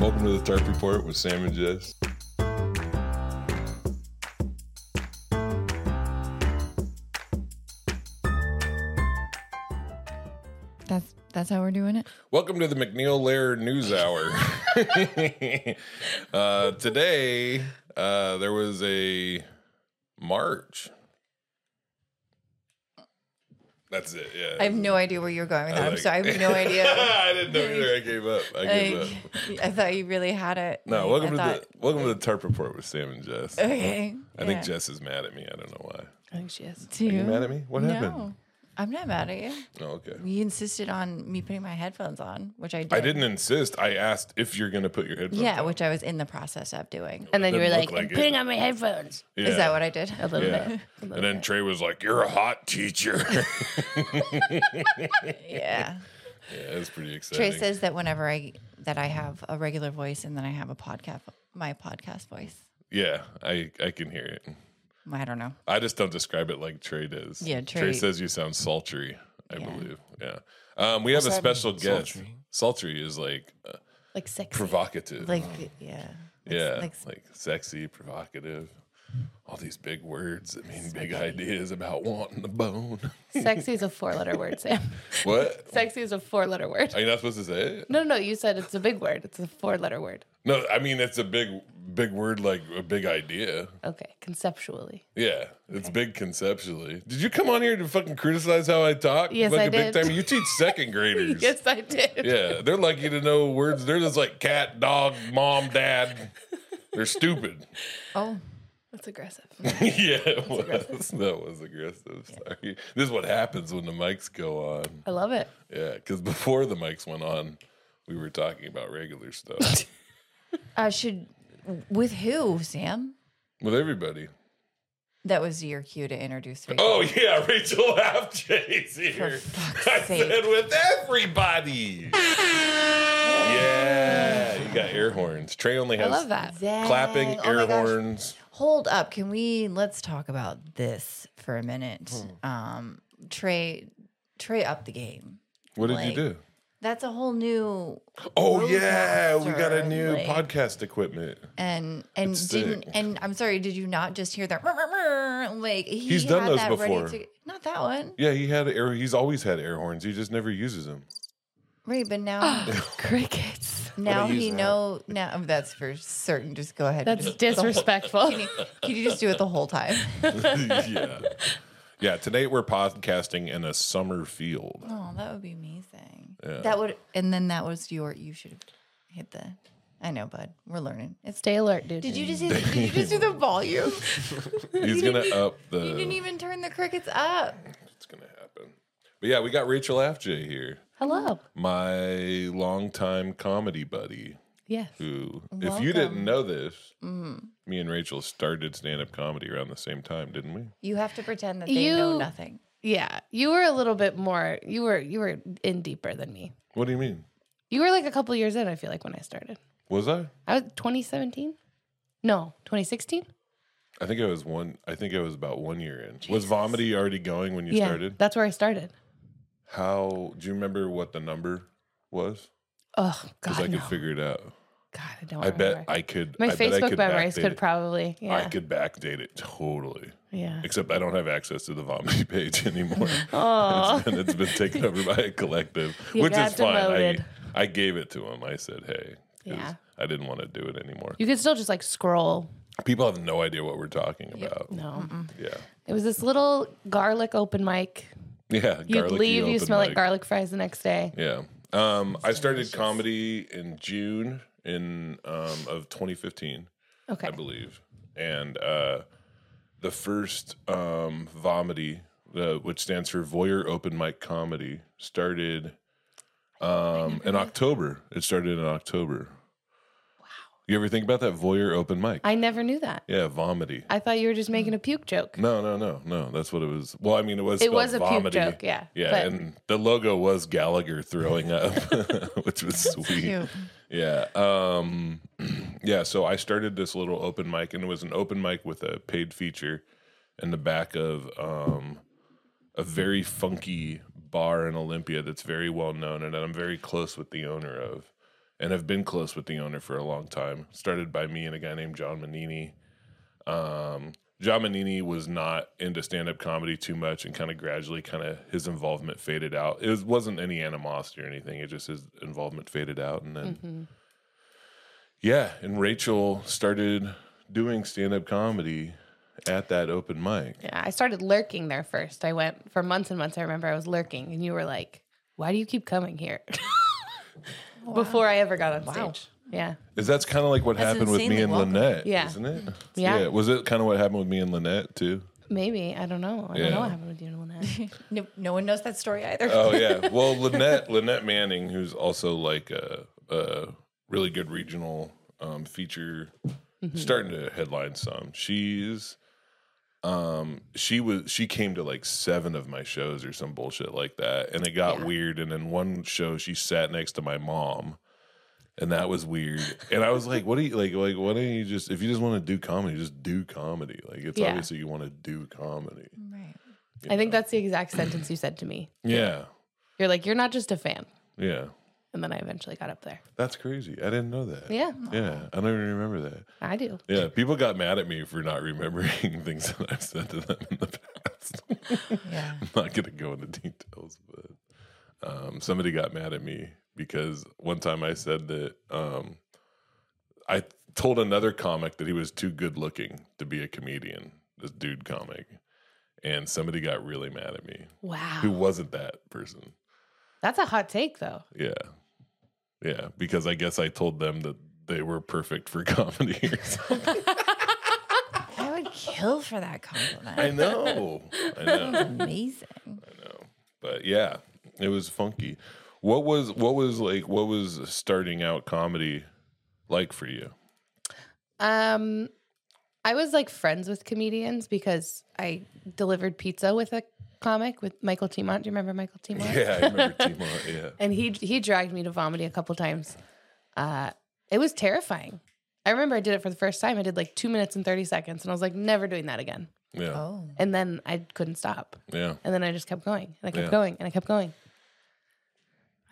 Welcome to the Turf Report with Sam and Jess. That's that's how we're doing it. Welcome to the McNeil Lair News Hour. uh, today, uh, there was a march. That's it. Yeah. I have no idea where you're going with I that. I'm like- sorry, I have no idea. I didn't know either. I gave up. I gave up. Like, I thought you really had it. No, Like, welcome I to thought- the welcome to the Turp Report with Sam and Jess. Okay. I think yeah. Jess is mad at me. I don't know why. I think she is. Do You mad at me? What happened? No, I'm not mad at you. Oh, okay. You insisted on me putting my headphones on, which I did. I didn't insist. I asked if you're going to put your headphones. Yeah, which I was in the process of doing. And then you were Doesn't like, look I'm like it. putting on my headphones. Yeah. Is that what I did? A little Yeah. bit. A And little then Trey was like, "You're a hot teacher." yeah, Yeah. that's pretty exciting. Trey says that whenever I that I have a regular voice and then I have a podcast, my podcast voice. "Yeah, I I can hear it. I don't know. I just don't describe it like Trey does." Yeah, Trey, Trey- says you sound sultry. I Yeah. believe. Yeah. Um, we have a What's that mean? special guest. Sultry, Sultry? is like uh, like sexy. provocative. Like, yeah. Uh, yeah, like- like, sexy, provocative. All these big words that mean big ideas about wanting the bone. sexy is a four letter word, Sam. what? sexy is a four letter word. Are you not supposed to say it? No, no, you said it's a big word. It's a four letter word. No, I mean it's a big, big word, like a big idea. Okay, conceptually. Yeah, it's big conceptually. Did you come on here to fucking criticize how I talk? Yes, like I a big did. time. You teach second graders. Yes, I did. Yeah, they're lucky to know words. They're just like cat, dog, mom, dad. They're stupid. Oh, That's aggressive. yeah, it was. that was aggressive. Sorry. This is what happens when the mics go on. I love it. Yeah, because before the mics went on, we were talking about regular stuff I should. With who, Sam? with everybody. That was your cue to introduce me. Oh yeah, Rachel Halfjay's here. fuck's I sake. said with everybody. yeah, you got air horns. Trey only I has love that. Dang. clapping Oh my air gosh. horns. Hold up. Can we let's talk about this for a minute? Hmm. Um, Trey, Trey up the game. What did Like, you do? That's a whole new Oh roadmaster, yeah, we got a new like- podcast equipment. and and It's didn't sick. and I'm sorry. Did you not just hear that? "Rrr, rrr, rrr," Like he He's done had those that before. Ready to, not that one, Yeah, he had air. He's always had air horns. He just never uses them. right? But now, Crickets. now use he that. know now. um, That's for certain. Just go ahead. and That's just- the whole- disrespectful. Can you just do it the whole time? yeah, yeah. Today we're podcasting in a summer field. Oh, that would be amazing. That would, and then that was your. You should have hit the. I know, bud. We're learning. It's. Stay alert, dude. Did you just? Did you just do the volume? He's gonna up the. You didn't even turn the crickets up. It's gonna happen. But yeah, we got Rachel Afjay here. Hello. my longtime comedy buddy Yes. who if you didn't know this Mm-hmm. me and rachel started stand-up comedy around the same time didn't we You have to pretend that they know You- nothing. Yeah. You were a little bit more you were you were in deeper than me. what do you mean You were like a couple years in, I feel like, when I started. was i I was 2017? No, 2016? i think i was one i think i was about one year in was vomity already going when you yeah, started that's where I started. how do you remember what the number was Oh because God, i could no. figure it out God, I don't. i bet remember. i could my I bet I Facebook could memories backdate could it. probably. Yeah, i could backdate it totally yeah. except i don't have access to the vomity page anymore Oh, it's been, it's been taken over by a collective, You which got is fine. demoted. I, I gave it to him. I said, hey. 'cause Yeah. I didn't want to do it anymore. you could still just like scroll. People have no idea what we're talking about. No, Yeah. it was this little garlic open mic. Yeah. You'd garlicky leave, you open smell mic. like garlic fries the next day. Yeah. Um, I started comedy in June in um, of 2015, Okay, I believe. And uh, the first um, Vomity, uh, which stands for Voyeur Open Mic Comedy, started um, in October. It started in October. You ever think about that voyeur open mic? I never knew that. yeah, vomity. I thought you were just making a puke joke. No, no, no, no. That's what it was. Well, I mean, it was. It was Mm, spelled a puke vomity. joke, yeah, Yeah, but- and the logo was Gallagher throwing up, which was sweet. Cute. Yeah. Um, yeah. So I started this little open mic, and it was an open mic with a paid feature in the back of um, a very funky bar in Olympia that's very well known, and that I'm very close with the owner of. and have been close with the owner for a long time. Started by me and a guy named John Manini. Um, John Manini was not into stand up comedy too much and kind of gradually kind of his involvement faded out. It was, wasn't any animosity or anything. It just his involvement faded out. And then, Mm-hmm. yeah, and Rachel started doing stand up comedy at that open mic. Yeah, I started lurking there first. I went for months and months. I remember I was lurking, and you were like, "Why do you keep coming here?" Before I ever got on stage. Yeah, Is that's kind of like what That's happened with me insanely and welcome. Lynette, Yeah. isn't it? Yeah. Was it kind of what happened with me and Lynette too? maybe I don't know. I Yeah. don't know what happened with you and Lynette. No, no one knows that story either. Oh yeah. Well, Lynette Lynette Manning, who's also like a, a really good regional um, feature, starting to headline some. She's um she was she came to like seven of my shows or some bullshit like that and it got weird and in one show she sat next to my mom and that was weird and i was like what do you like like why don't you just if you just want to do comedy just do comedy like it's Yeah. obvious that you want to do comedy Right. I think that's the exact sentence you said to me. yeah You're like, "You're not just a fan," yeah and then I eventually got up there. that's crazy i didn't know that Yeah, Yeah, I don't even remember that. I do. Yeah, people got mad at me for not remembering things that I've said to them in the past. Yeah. I'm not going to go into details, but um, somebody got mad at me because one time I said that um, I told another comic that he was too good looking to be a comedian, this dude comic. And somebody got really mad at me who Wow, wasn't that person. that's a hot take though. Yeah. Yeah. Because I guess I told them that they were perfect for comedy or something. I would kill for that compliment. I know. I know. Amazing. But yeah, it was funky. What was what was like what was starting out comedy like for you? Um, I was like friends with comedians because I delivered pizza with a comic with Michael Timont. Do you remember Michael Timont? Yeah, I remember Timo. Yeah. and he he dragged me to vomiting a couple times. Uh, it was terrifying. I remember I did it for the first time. I did like two minutes and thirty seconds, and I was like, never doing that again. Yeah. Oh. And then I couldn't stop, Yeah. and then I just kept going, and I kept Yeah. going, and I kept going.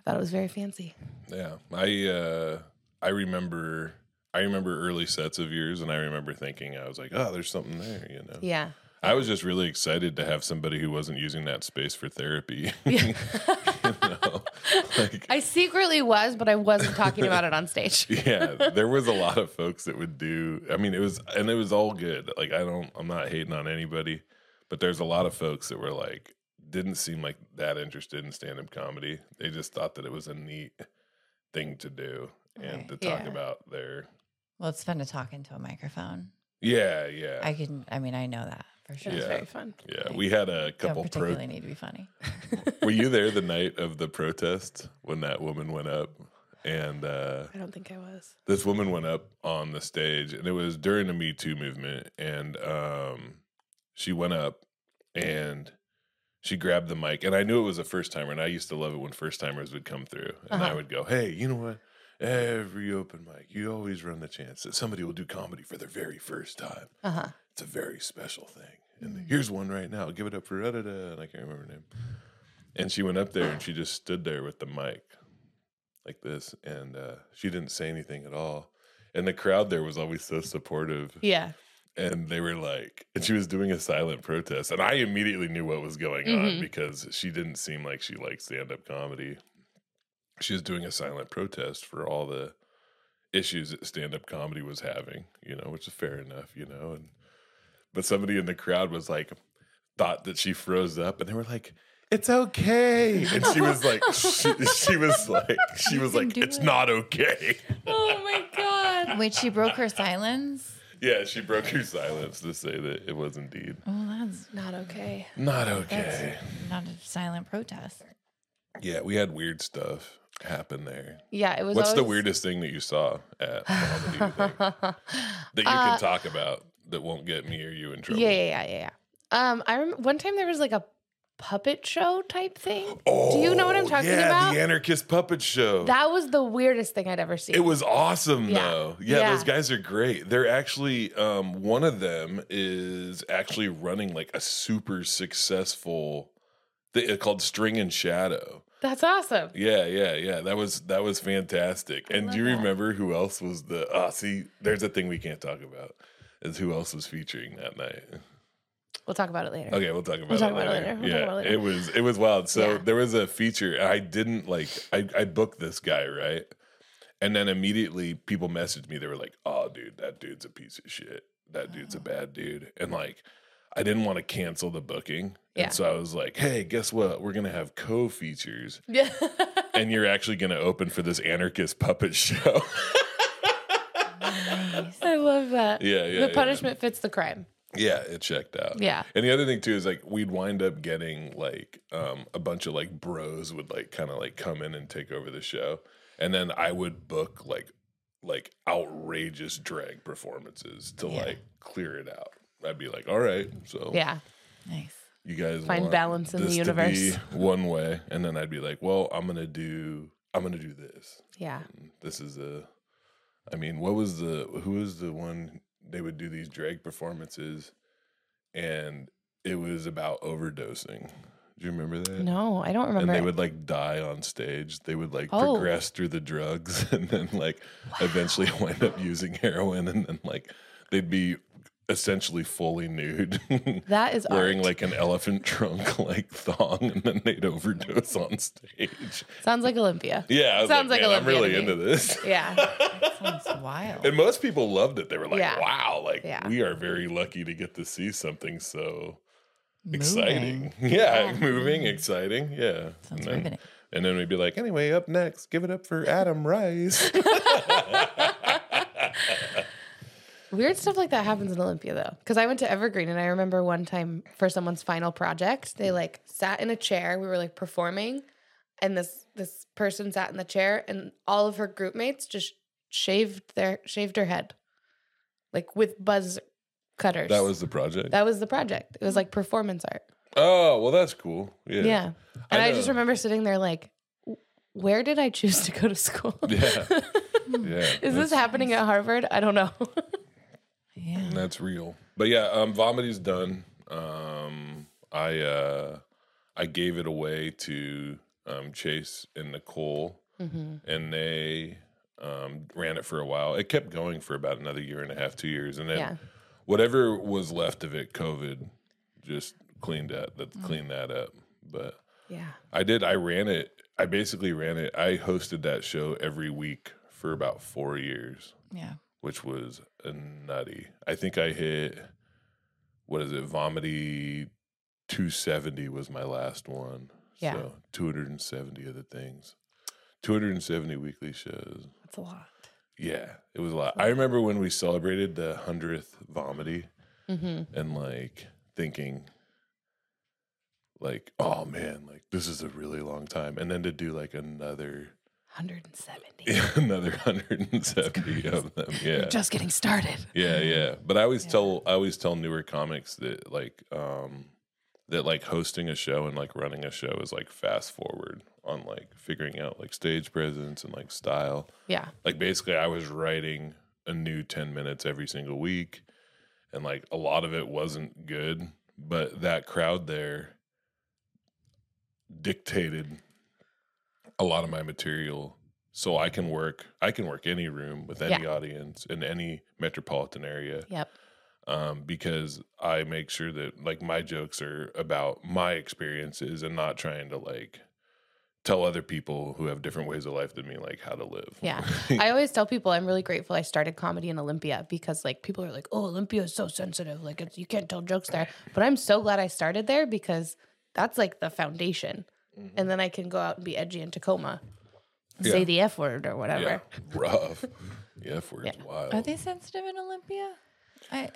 I thought it was very fancy. Yeah. I uh I remember I remember early sets of yours and I remember thinking I was like, "Oh, there's something there," you know. Yeah, I was just really excited to have somebody who wasn't using that space for therapy. You know? Like I secretly was, but I wasn't talking about it on stage. yeah there was a lot of folks that would do i mean it was and it was all good like i don't i'm not hating on anybody but there's a lot of folks that were like didn't seem like that interested in stand-up comedy they just thought that it was a neat thing to do and to Right. talk Yeah. about their Well, it's fun to talk into a microphone. yeah yeah I can. I mean, I know that for sure. It was Yeah. very fun. yeah we had a Don't couple pro particularly need to be funny. were you there the night of the protest when that woman went up and uh I don't think I was. this woman went up on the stage and it was during the me too movement and um she went up and she grabbed the mic and i knew it was a first timer and i used to love it when first timers would come through and i Uh-huh. would go hey you know what every open mic you always run the chance that somebody will do comedy for their very first time Uh huh. it's a very special thing. And here's one right now. Give it up for da da da. And I can't remember her name. And she went up there and she just stood there with the mic like this. And uh, she didn't say anything at all. And the crowd there was always so supportive. Yeah. And they were like, and she was doing a silent protest. And I immediately knew what was going on Mm-hmm. Mhm. because she didn't seem like she liked stand up comedy. She was doing a silent protest for all the issues that stand up comedy was having, you know, which is fair enough, you know. And but somebody in the crowd was like, thought that she froze up, and they were like, "It's okay," and she was like, she, she was like, she was can like, do "It's it." not okay." Oh my god. Wait, she broke her silence. yeah, she broke her silence to say that it was indeed Well, that's Not okay. not that's okay. not a silent protest. yeah, we had weird stuff happen there. Yeah, it was. What's the always- weirdest thing that you saw at comedy you think? that you can talk about that won't get me or you in trouble? Uh, Yeah, yeah, yeah, yeah. yeah. Um, I remember one time there was like a puppet show type thing. Do you know what I'm Oh, talking yeah, about? The anarchist puppet show. that was the weirdest thing I'd ever seen. It was awesome Yeah. though. Yeah, Yeah. those guys are great. They're actually um, one of them is actually running like a super successful they, uh, called String and Shadow. That's awesome. Yeah, yeah, yeah. That was that was fantastic. and do you remember who else was the? Ah, see, there's a thing we can't talk about. Is who else was featuring that night? We'll talk about it later. Okay, we'll talk about, We'll it, talk about later. it later. We'll talk yeah, about it later. it was it was wild. So Yeah. there was a feature. I didn't like. I I booked this guy right, and then immediately people messaged me. They were like, "Oh, dude, that dude's a piece of shit. That Oh. dude's a bad dude." And like, I didn't want to cancel the booking. Yeah. And so I was like, "Hey, guess what? We're gonna have co-features, Yeah. and you're actually gonna open for this anarchist puppet show." Nice. I love that. yeah, yeah. the yeah. punishment fits the crime. Yeah, it checked out. Yeah. And the other thing too is like we'd wind up getting like um a bunch of like bros would like kind of like come in and take over the show. And then I would book like like outrageous drag performances to Yeah. like clear it out. I'd be like, all right, so Yeah. Nice. you guys Find want balance in Oh, the this to universe. be one way. And then I'd be like, well, I'm gonna do I'm gonna do this. Yeah. This is a I mean, what was the who was the one they would do these drag performances and it was about overdosing. Do you remember that? No, I don't And remember. they it. would like die on stage. They would like Oh. progress through the drugs and then like eventually wind up using heroin and then like they'd be essentially fully nude. that is Wearing art. like an elephant trunk like thong and then they'd overdose on stage. sounds like Olympia. Yeah, I was Sounds like "Man, a I'm really Olympian to into this. Yeah. Sounds wild. And most people loved it. They were like, Yeah. wow, like Yeah. we are very lucky to get to see something so Moving. Mm-hmm. exciting. Yeah, Yeah. moving, exciting. Yeah. Sounds and, then, riveting. and then we'd be like, anyway, up next, give it up for Adam Rice. Weird stuff like that happens in Olympia though. Because I went to Evergreen and I remember one time for someone's final project, Mm. they like sat in a chair. We were like performing, and this this person sat in the chair, and all of her group mates just shaved their shaved her head, like with buzz cutters. that was the project. that was the project. It was like performance art. oh, well, that's cool. Yeah. Yeah, I and I, just know. remember sitting there like, "W- where did I choose to go to school? Yeah. Yeah. Is this that's- happening at Harvard? I don't know. Yeah. That's real. But yeah, um, vomiting's done. Um, I uh, I gave it away to um, Chase and Nicole, and they um, ran it for a while. It kept going for about another year and a half, two years, and then Yeah. whatever was left of it, COVID just cleaned that that cleaned that up. But yeah. I did. I ran it. I basically ran it. I hosted that show every week for about four years Yeah. which was a nutty. I think I hit what is it? Vomity 270 was my last one. Yeah. So 270 other things. 270 weekly shows. That's a lot. Yeah, it was a lot. I remember when we celebrated the 100th Vomity Mm-hmm. and like thinking like, oh man, like this is a really long time and then to do like another 170. another 170 of them. Yeah. Just getting started. Yeah, yeah. But I always tell I always tell newer comics that like um that like hosting a show and like running a show is like fast forward on like figuring out like stage presence and like style. Yeah. Like basically I was writing a new 10 minutes every single week and like a lot of it wasn't good, but that crowd there dictated a lot of my material so I can work I can work any room with any audience in any metropolitan area Yep. um, because I make sure that like my jokes are about my experiences and not trying to like tell other people who have different ways of life than me like how to live. Yeah. I always tell people I'm really grateful I started comedy in Olympia because like people are like, "Oh, Olympia is so sensitive. Like it's, you can't tell jokes there." But I'm so glad I started there because that's like the foundation. And then I can go out and be edgy in Tacoma. and Say Yeah. the F word or whatever. yeah. rough. Yeah, if word's wild. Are they sensitive in Olympia? I, I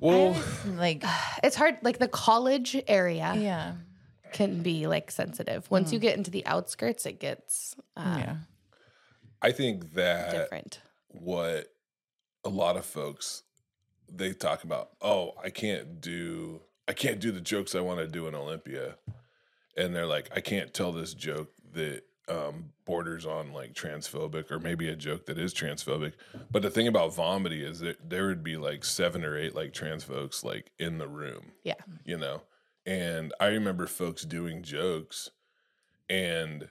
well, always, like It's hard like the college area yeah. can be like sensitive. Once you get into the outskirts it gets uh, yeah. I think that different. what a lot of folks they talk about oh i can't do i can't do the jokes i want to do in olympia and they're like i can't tell this joke that um, borders on like transphobic or maybe a joke that is transphobic but the thing about vomiting is that there would be like seven or eight like trans folks like in the room Yeah. you know and i remember folks doing jokes and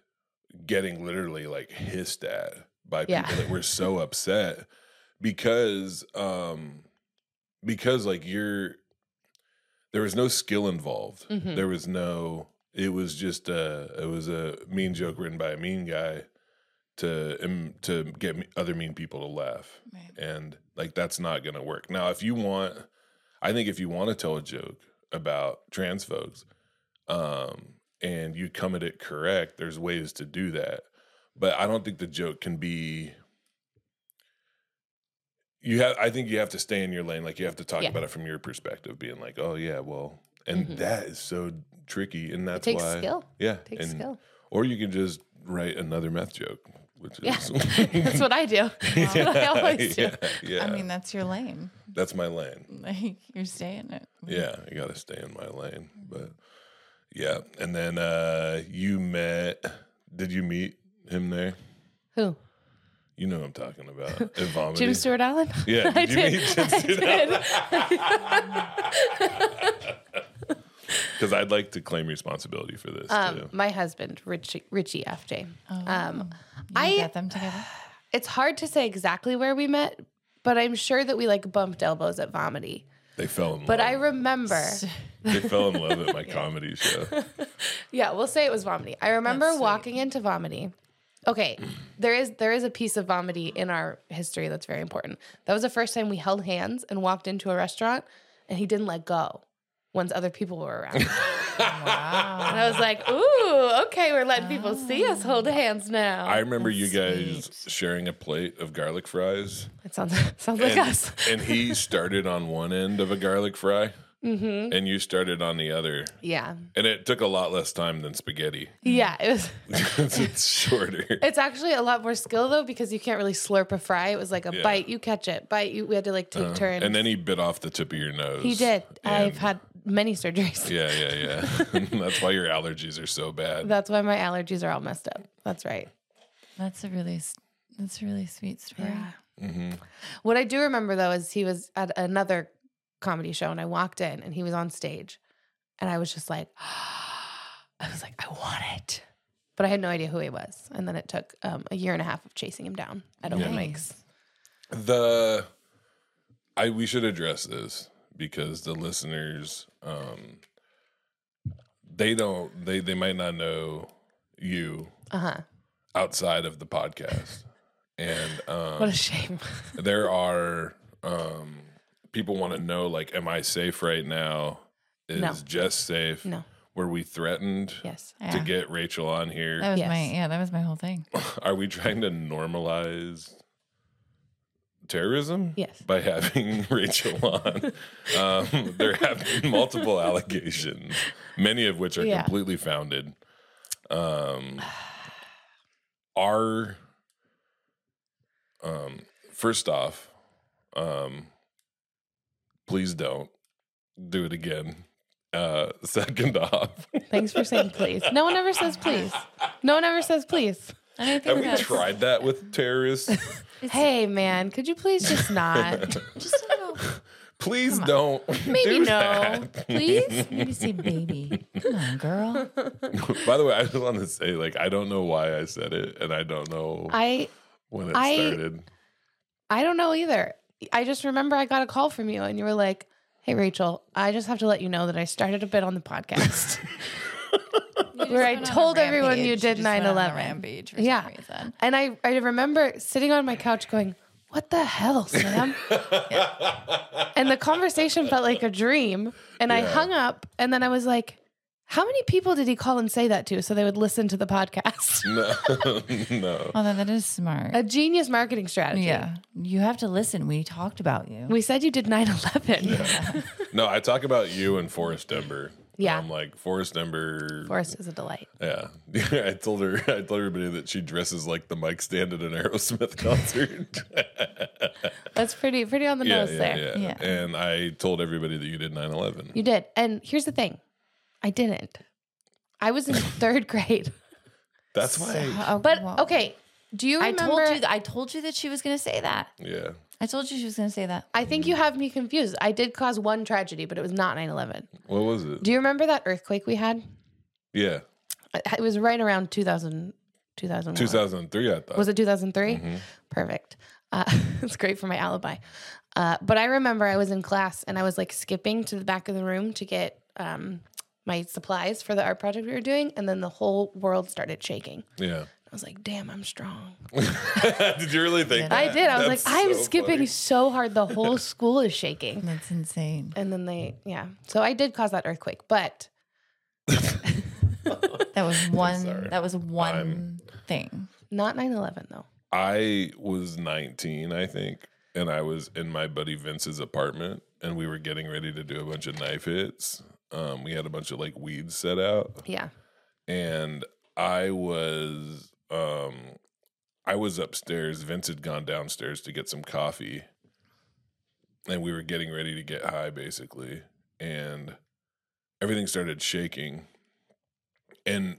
getting literally like hissed at by Yeah. people that were so upset because um because like you're there was no skill involved Mhm. there was no it was just a it was a mean joke written by a mean guy to um, to get me, other mean people to laugh Right. and like that's not going to work. Now, if you want, I think if you want to tell a joke about trans folks, um, and you come at it correct, there's ways to do that. But I don't think the joke can be. You have, I think you have to stay in your lane. Like you have to talk Yeah. about it from your perspective, being like, "Oh yeah, well," and Mhm. that is so tricky, and It that's takes why, skill. yeah, It takes and- skill. Or you can just write another meth joke, which Yeah. is That's what I do. That's what I always do. yeah, yeah. I mean, that's your lane. That's my lane. Mm-hmm. Like you're staying it. Yeah, you got to stay in my lane. But yeah, and then uh you met. Did you meet him there? Who? You know what I'm talking about. At Vomity. Jim Stewart Allen? Yeah, I did you meet did. Jim I Stewart did. Because I'd like to claim responsibility for this Um, too. my husband, Richie, Richie FJ. Oh, Um, you I- got them together. It's hard to say exactly where we met, but I'm sure that we like bumped elbows at Vomity. They fell in But I love. remember, they fell in love at my comedy show. yeah, we'll say it was Vomity. I remember That's sweet. walking into Vomity. Okay, there is there is a piece of Vomity in our history that's very important. That was the first time we held hands and walked into a restaurant, and he didn't let go once other people were around. Wow. And I was like, ooh, okay, we're letting people see us hold hands now. I remember you That's guys sharing a plate of garlic fries. it sounds sounds like and, us. and he started on one end of a garlic fry, Mm-hmm. and you started on the other. Yeah. And it took a lot less time than spaghetti. Yeah. It was it's shorter. it's actually a lot more skill though, because you can't really slurp a fry. It was like a Yeah. Uh-huh. bite, you catch it, bite, you we had to like take turns. And then he bit off the tip of your nose. he did. I've And- had many surgeries. Yeah, yeah, yeah. That's why your allergies are so bad. That's why my allergies are all messed up. That's right. That's a really s- that's a really sweet story. What I do remember though is he was at another comedy show and I walked in and he was on stage and I was just like, I was like, I want it. But I had no idea who he was. And then it took um, a year and a half of chasing him down at open mics. Nice. The I we should address this because the listeners um they don't they they might not know you Uh huh. outside of the podcast. And um What a shame. there are um people want to know like am I safe right now? Is No. Jess safe? No. Were we threatened? yes. Yeah. to get Rachel on that here. was Yes. my yeah, that was my whole thing. Are we trying to normalize terrorism? Yes. By having Rachel on. um, there have been multiple allegations, many of which are Yeah. completely founded. Um, are, um, first off, um, please don't do it again. Uh, second off, Thanks for saying please. No one ever says please. No one ever says please. And I Have think we that's tried that with terrorists? Hey man, could you please just not? just a little Please don't. Maybe do no. that. Please? maybe say baby. Come on, girl. By the way, I just want to say, like, I don't know why I said it, and I don't know I when it I- started. I don't know either. I just remember I got a call from you and you were like, Hey Rachel, I just have to let you know that I started a bit on the podcast. Where I told everyone you did 9/11. Rampage for Yeah. some reason. and I, I remember sitting on my couch going, What the hell, Sam? And the conversation felt like a dream. And I Yeah. hung up and then I was like, How many people did he call and say that to so they would listen to the podcast? No, no. Although that is smart. a genius marketing strategy. yeah. You have to listen. We talked about you. We said you did 9 11. No, I talk about you and Forrest Ember. Yeah. I'm like, Forrest Ember. Forrest is a delight. yeah. I told her, I told everybody that she dresses like the mic stand at an Aerosmith concert. That's pretty pretty on the yeah, nose yeah, there. yeah, Yeah. And I told everybody that you did 9 11. You did. And here's the thing I didn't. I was in third grade. That's why. Oh, But well, okay, do you I remember? told you. I told you that she was going to say that. Yeah. I told you she was going to say that. I think you have me confused. I did cause one tragedy, but it was not 9 11. What was it? Do you remember that earthquake we had? yeah. Uh, It was right around 2000, 2001. 2003, I thought. Was it 2003? Mhm. Perfect. Uh, it's great for my alibi. Uh, but I remember I was in class and I was like skipping to the back of the room to get um, my supplies for the art project we were doing. And then the whole world started shaking. Yeah. I was like, damn, I'm strong. did you really think? I that? did. I was That's like, I'm so skipping funny. so hard. The whole school is shaking. That's insane. And then they, yeah. So I did cause that earthquake, but That was sorry. one. That was one I'm- thing. not 9 11, though. I was 19, I think, and I was in my buddy Vince's apartment, and we were getting ready to do a bunch of knife hits. Um, we had a bunch of like weeds set out, Yeah. and I was um I was upstairs. Vince had gone downstairs to get some coffee. And we were getting ready to get high basically. And everything started shaking. And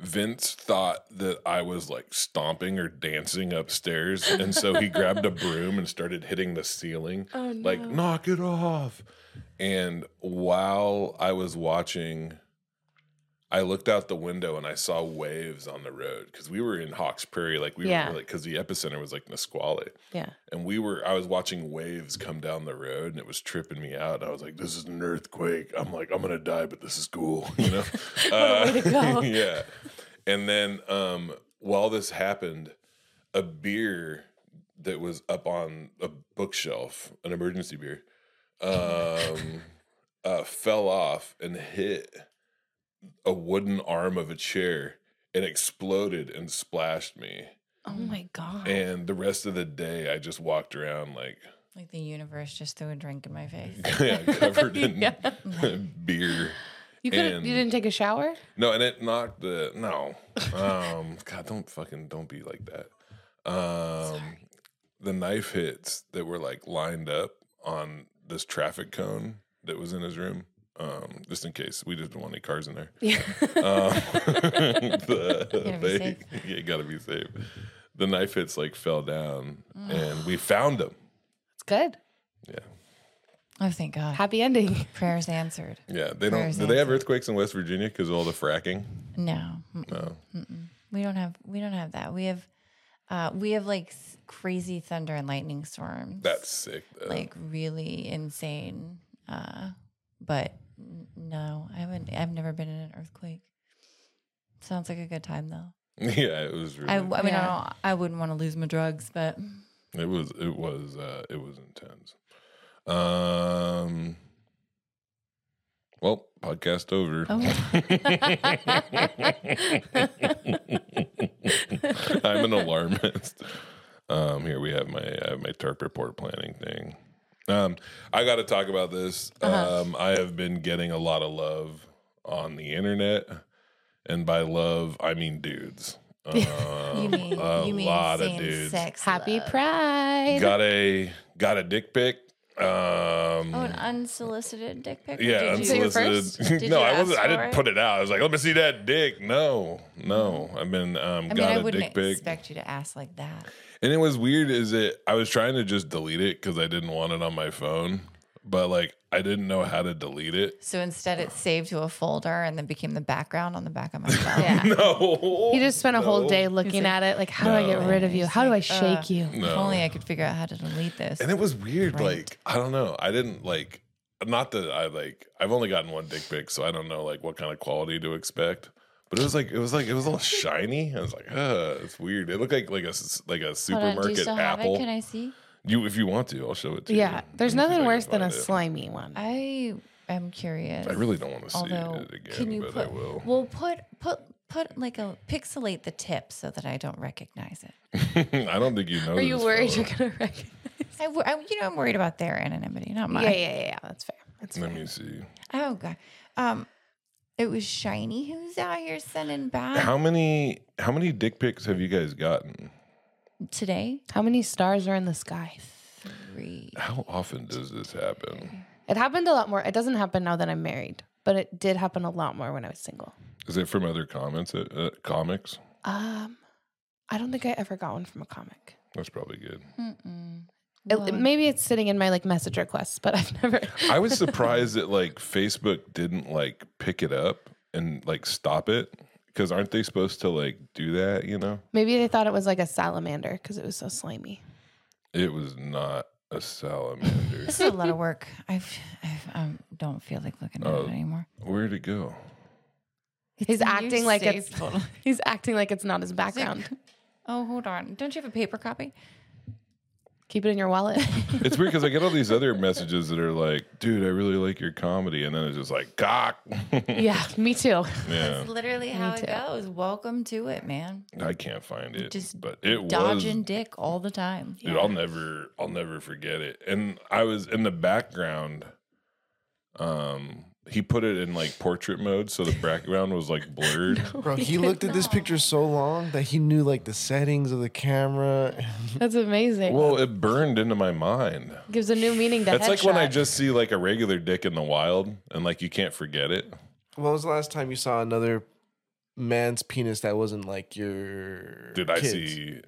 Vince thought that I was like stomping or dancing upstairs. And so he grabbed a broom and started hitting the ceiling Oh, no. like knock it off and while i was watching i looked out the window and i saw waves on the road because we were in hawks prairie like we Yeah. were like because the epicenter was like nisqually yeah. and we were i was watching waves come down the road and it was tripping me out and i was like this is an earthquake i'm like i'm gonna die but this is cool you know a way to go. yeah and then um while this happened a beer that was up on a bookshelf an emergency beer um uh fell off and hit a wooden arm of a chair and exploded and splashed me Oh, my God. and the rest of the day, I just walked around like Like the universe just threw a drink in my face. yeah, covered in Yeah. beer. you, couldn't, and- you didn't take a shower? No, and it knocked the no. Um, God, don't fucking don't be like that. Um, the knife hits that were like lined up on this traffic cone that was in his room. Um, just in case we didn't want any cars in there. Yeah. Um, the, Gotta be they, safe. Yeah, gotta be safe. The knife hits like fell down, Mm. and we found him. It's good. Yeah. Oh, thank God. Happy ending. Prayers answered. Yeah, they Where don't. is Do that they have earthquakes in West Virginia because all the fracking? No, Mm-mm. No. Mm-mm. we don't have. We don't have that. We have. Uh, we have like s- crazy thunder and lightning storms. That's sick. Though. like really insane. Uh, but n- no, I haven't. I've never been in an earthquake. Sounds like a good time though. yeah, it was. Really, I, I mean, I, Yeah. don't, I wouldn't want to lose my drugs, but it was. It was. Uh, it was intense. Um. Well, podcast over. I'm an alarmist. Um, here we have my I have my TARP report planning thing. Um, I got to talk about this. Um, I have been getting a lot of love on the internet, and by love I mean dudes. Um, you mean a you mean lot of same dudes. sex uh, Happy love. Pride. Got a got a dick pic. Um, Oh, an unsolicited dick pic. or yeah, did you- unsolicited. unsolicited. Did no, you I ask wasn't. I for didn't it? put it out. I was like, let me see that dick. No, no. I've been um, I mean, got I a wouldn't dick pic. expect you to ask like that. And it was weird. Is it? I was trying to just delete it because I didn't want it on my phone, but like I didn't know how to delete it. So instead, it's saved to a folder and then became the background on the back of my phone. Yeah. No, He just spent a whole No. day looking at it, like, how do I get rid of you? How do I shake you? If only I could figure out how to delete this. And it was weird. Like I don't know. I didn't like. Not that I like. I've only gotten one dick pic, so I don't know like what kind of quality to expect. But it was like it was like it was all shiny. I was like, uh, it's weird. It looked like like a s- like a supermarket do you still apple. have it? Can I see? You, if you want to, I'll show it to you. Yeah, there's Let me see if I nothing can worse than a find it. slimy one. I am curious. I really don't want to see Although, it again, can you but put? I will. Well, put put put like a pixelate the tip so that I don't recognize it. I don't think you know. Are you worried Photo. you're gonna recognize? I, wo- I- you know, I'm worried about their anonymity, not Yeah, mine. yeah, yeah, yeah. That's fair. That's fair. Let me see. Oh god. Um, it was shiny. Who's out here sending back How many how many dick pics have you guys gotten? today? How many stars are in the sky? Three. How often does this happen? It happened a lot more. It doesn't happen now that I'm married, but it did happen a lot more when I was single. Is it from other comments? Uh, uh, comics? Um, I don't think I ever got one from a comic. That's probably good. Mm-mm. It- Well, maybe it's sitting in my like message requests, but I've never. I was surprised that like Facebook didn't like pick it up and like stop it Because aren't they supposed to like do that? You know, Maybe they thought it was like a salamander because it was so slimy. it was not a salamander. This is a lot of work. I've, I've um, don't feel like looking at Oh. it anymore. Where'd it go? It's He's in your acting like safe. it's he's acting like it's not his It's like- background. oh, hold on. Don't you have a paper copy? Keep it in your wallet. It's weird because I get all these other messages that are like, "Dude, I really like your comedy," and then it's just like, "Cock." yeah, me too. yeah, That's literally how it too. goes. Welcome to it, man. I can't find it. Just but it was Dodging dick all the time. Dude, I'll never I'll never forget it. And I was in the background. Um he put it in like portrait mode so the background was like blurred. Bro, he looked at this picture so long that he knew like the settings of the camera. That's amazing. Well, it burned into my mind. Gives a new meaning to That's like when I headshot. just see like a regular dick in the wild and like you can't forget it. when was the last time you saw another man's penis that wasn't like your? Did I kid's? see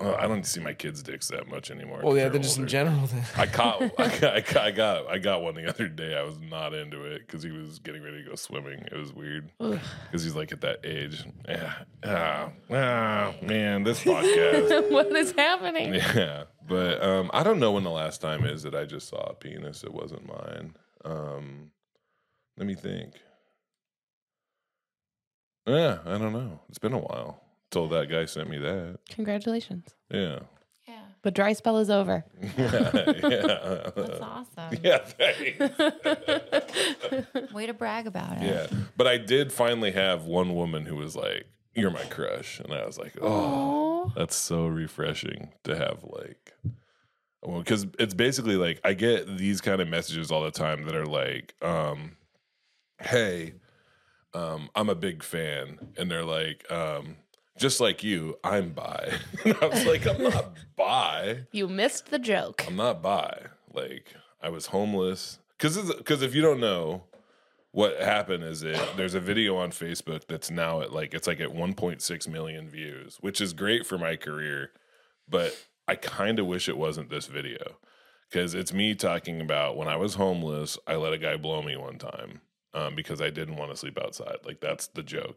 oh, I don't see my kids' dicks that much anymore. Well, 'cause yeah, they're just in older. general. Then. I caught, I got, I got, I got, I got one the other day. I was not into it because he was getting ready to go swimming. It was weird because he's like at that age. Yeah, ah, ah, man, this podcast. what is happening? yeah, but um, I don't know when the last time is that I just saw a penis. It wasn't mine. Um, let me think. Yeah, I don't know. It's been a while. Till that guy sent me that. Congratulations. Yeah. Yeah. The dry spell is over. yeah. That's awesome. Yeah. Thanks. Way to brag about it. Yeah. But I did finally have one woman who was like, You're my crush. And I was like, Oh, Oh, that's so refreshing to have like well, because it's basically like I get these kind of messages all the time that are like, um, hey, um, I'm a big fan. And they're like, um, just like you, I'm bi. and I was like, I'm not bi. you missed the joke. I'm not bi. Like I was homeless. Cause because if you don't know what happened is it there's a video on Facebook that's now at like it's like at 1.6 million views, which is great for my career, but I kind of wish it wasn't this video. Cause it's me talking about when I was homeless, I let a guy blow me one time um, because I didn't want to sleep outside. Like that's the joke.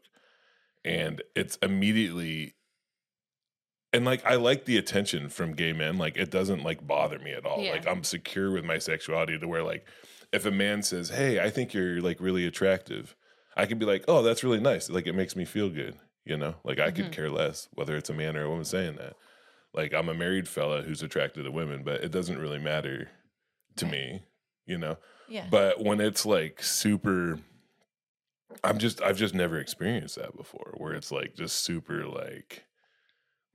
And it's immediately and like I like the attention from gay men. Like it doesn't like bother me at all. Yeah. Like I'm secure with my sexuality to where like if a man says, "Hey, I think you're like really attractive," I can be like, "Oh, that's really nice." Like it makes me feel good. You know, like I could care less whether it's a man or a woman saying that. Like I'm a married fella who's attracted to women, but it doesn't really matter to me. You know, Yeah. but when it's like super i'm just i've just never experienced that before where it's like just super like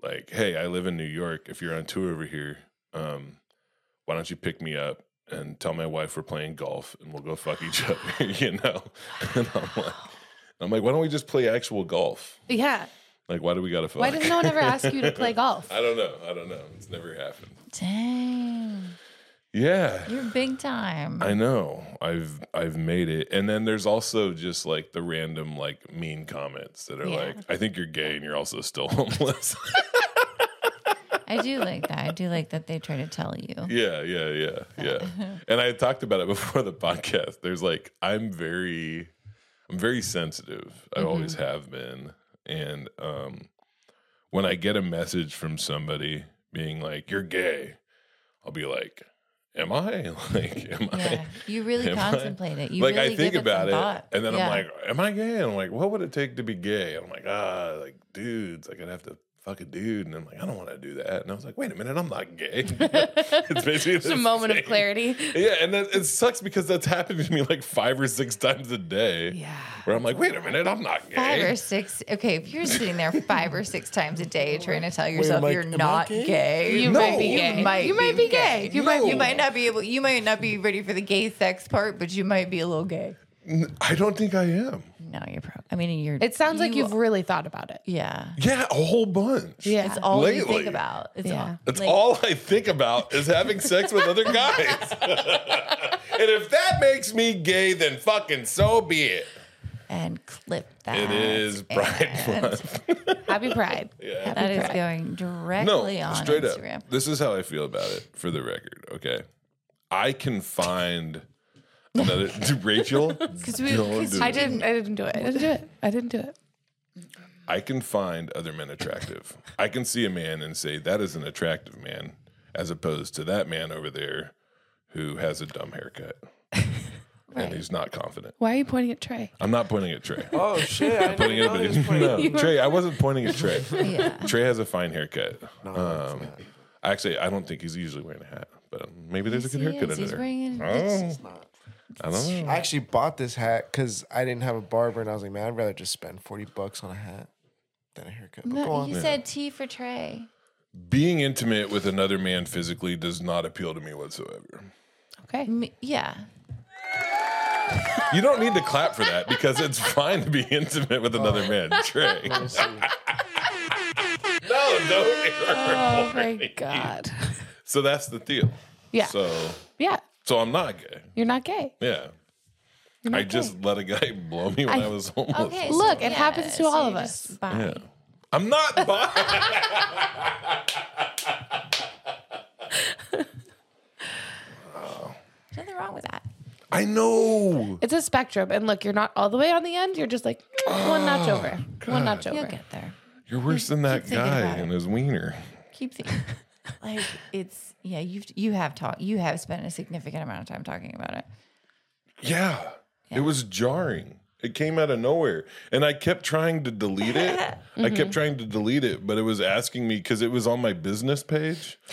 like hey i live in new york if you're on tour over here um why don't you pick me up and tell my wife we're playing golf and we'll go fuck each other you know and i'm like i'm like why don't we just play actual golf Yeah. like why do we gotta fuck Why does no one ever ask you to play golf? i don't know i don't know it's never happened Dang. yeah You're big time. I know. I've I've made it. And then there's also just like the random like mean comments that are Yeah. like, I think you're gay and you're also still homeless. I do like that. I do like that they try to tell you. yeah, yeah, yeah, yeah. and I talked about it before the podcast. There's like I'm very I'm very sensitive. I always Mm-hmm. have been. And um when I get a message from somebody being like, You're gay, I'll be like, Am I? Like, am Yeah. I? You really Am I- contemplate it. You like really I think give it about some it, thought. and then Yeah. I'm like, "Am I gay?" And I'm like, "What would it take to be gay?" And I'm like, "Ah, like dudes, like I'd have to fuck a dude." And I'm like, "I don't want to do that." And I was like, "Wait a minute, I'm not gay." it's basically Just a moment of clarity. Yeah, and that, it sucks because that's happened to me like five or six times a day. Yeah, where I'm like, "Wait a minute, I'm not gay." Five or six. Okay, if you're sitting there five or six times a day trying to tell yourself like, you're am I not gay? gay? You might be No. gay. You might, You might be gay. You might you No. might not be able you might not be ready for the gay sex part, but you might be a little gay. I don't think I am. No, you're probably I mean you're It sounds like you- you've really thought about it. Yeah. Yeah, a whole bunch. Yeah. It's all you think Lately. about. It's Yeah. all That's like, all I think about is having sex with other guys. and if that makes me gay, then fucking so be it. and clip that. It is Pride and- Month. Happy Pride. Yeah. That is Correct. going No, directly on straight Instagram. up. This is how I feel about it for the record, okay? I can find another Rachel. we- don't 'cause do I it. didn't. I didn't do it. I didn't do it. I didn't do it. I can find other men attractive. I can see a man and say that is an attractive man, as opposed to that man over there who has a dumb haircut and he's not confident. Why are you pointing at Trey? I'm not pointing at Trey. Oh shit! I pointing didn't at know he was anybody. pointing- No, Trey. I wasn't pointing at Trey. Yeah. Trey has a fine haircut. No, it's um, not. actually, I don't think he's usually wearing a hat, but maybe there's a Yes, good he haircut is. under He's there. wearing a- Oh, It's not. I don't know. I actually bought this hat because I didn't have a barber, and I was like, man, I'd rather just spend forty bucks on a hat than a haircut. But go No, on. you said T for Trey. Being intimate with another man physically does not appeal to me whatsoever. Okay. M- Yeah. You don't need to clap for that because it's fine to be intimate with another man. Trey. no, no. Oh my god. So that's the deal. Yeah. So Yeah. so I'm not gay. You're not gay. Yeah. I just let a guy blow me when I, was homeless. Okay. so- Look, it happens to all you're of just us. bi. Yeah. I'm not bi. Nothing wrong with that. I know. It's a spectrum. And look, you're not all the way on the end. You're just like one notch over. One notch You'll over. get there. You're worse than that thinking guy about it. and his wiener. Keep thinking. like it's yeah. You've you have talked. You have spent a significant amount of time talking about it. Yeah. It was jarring. It came out of nowhere. And I kept trying to delete it. I Mm-hmm. kept trying to delete it, but it was asking me because it was on my business page.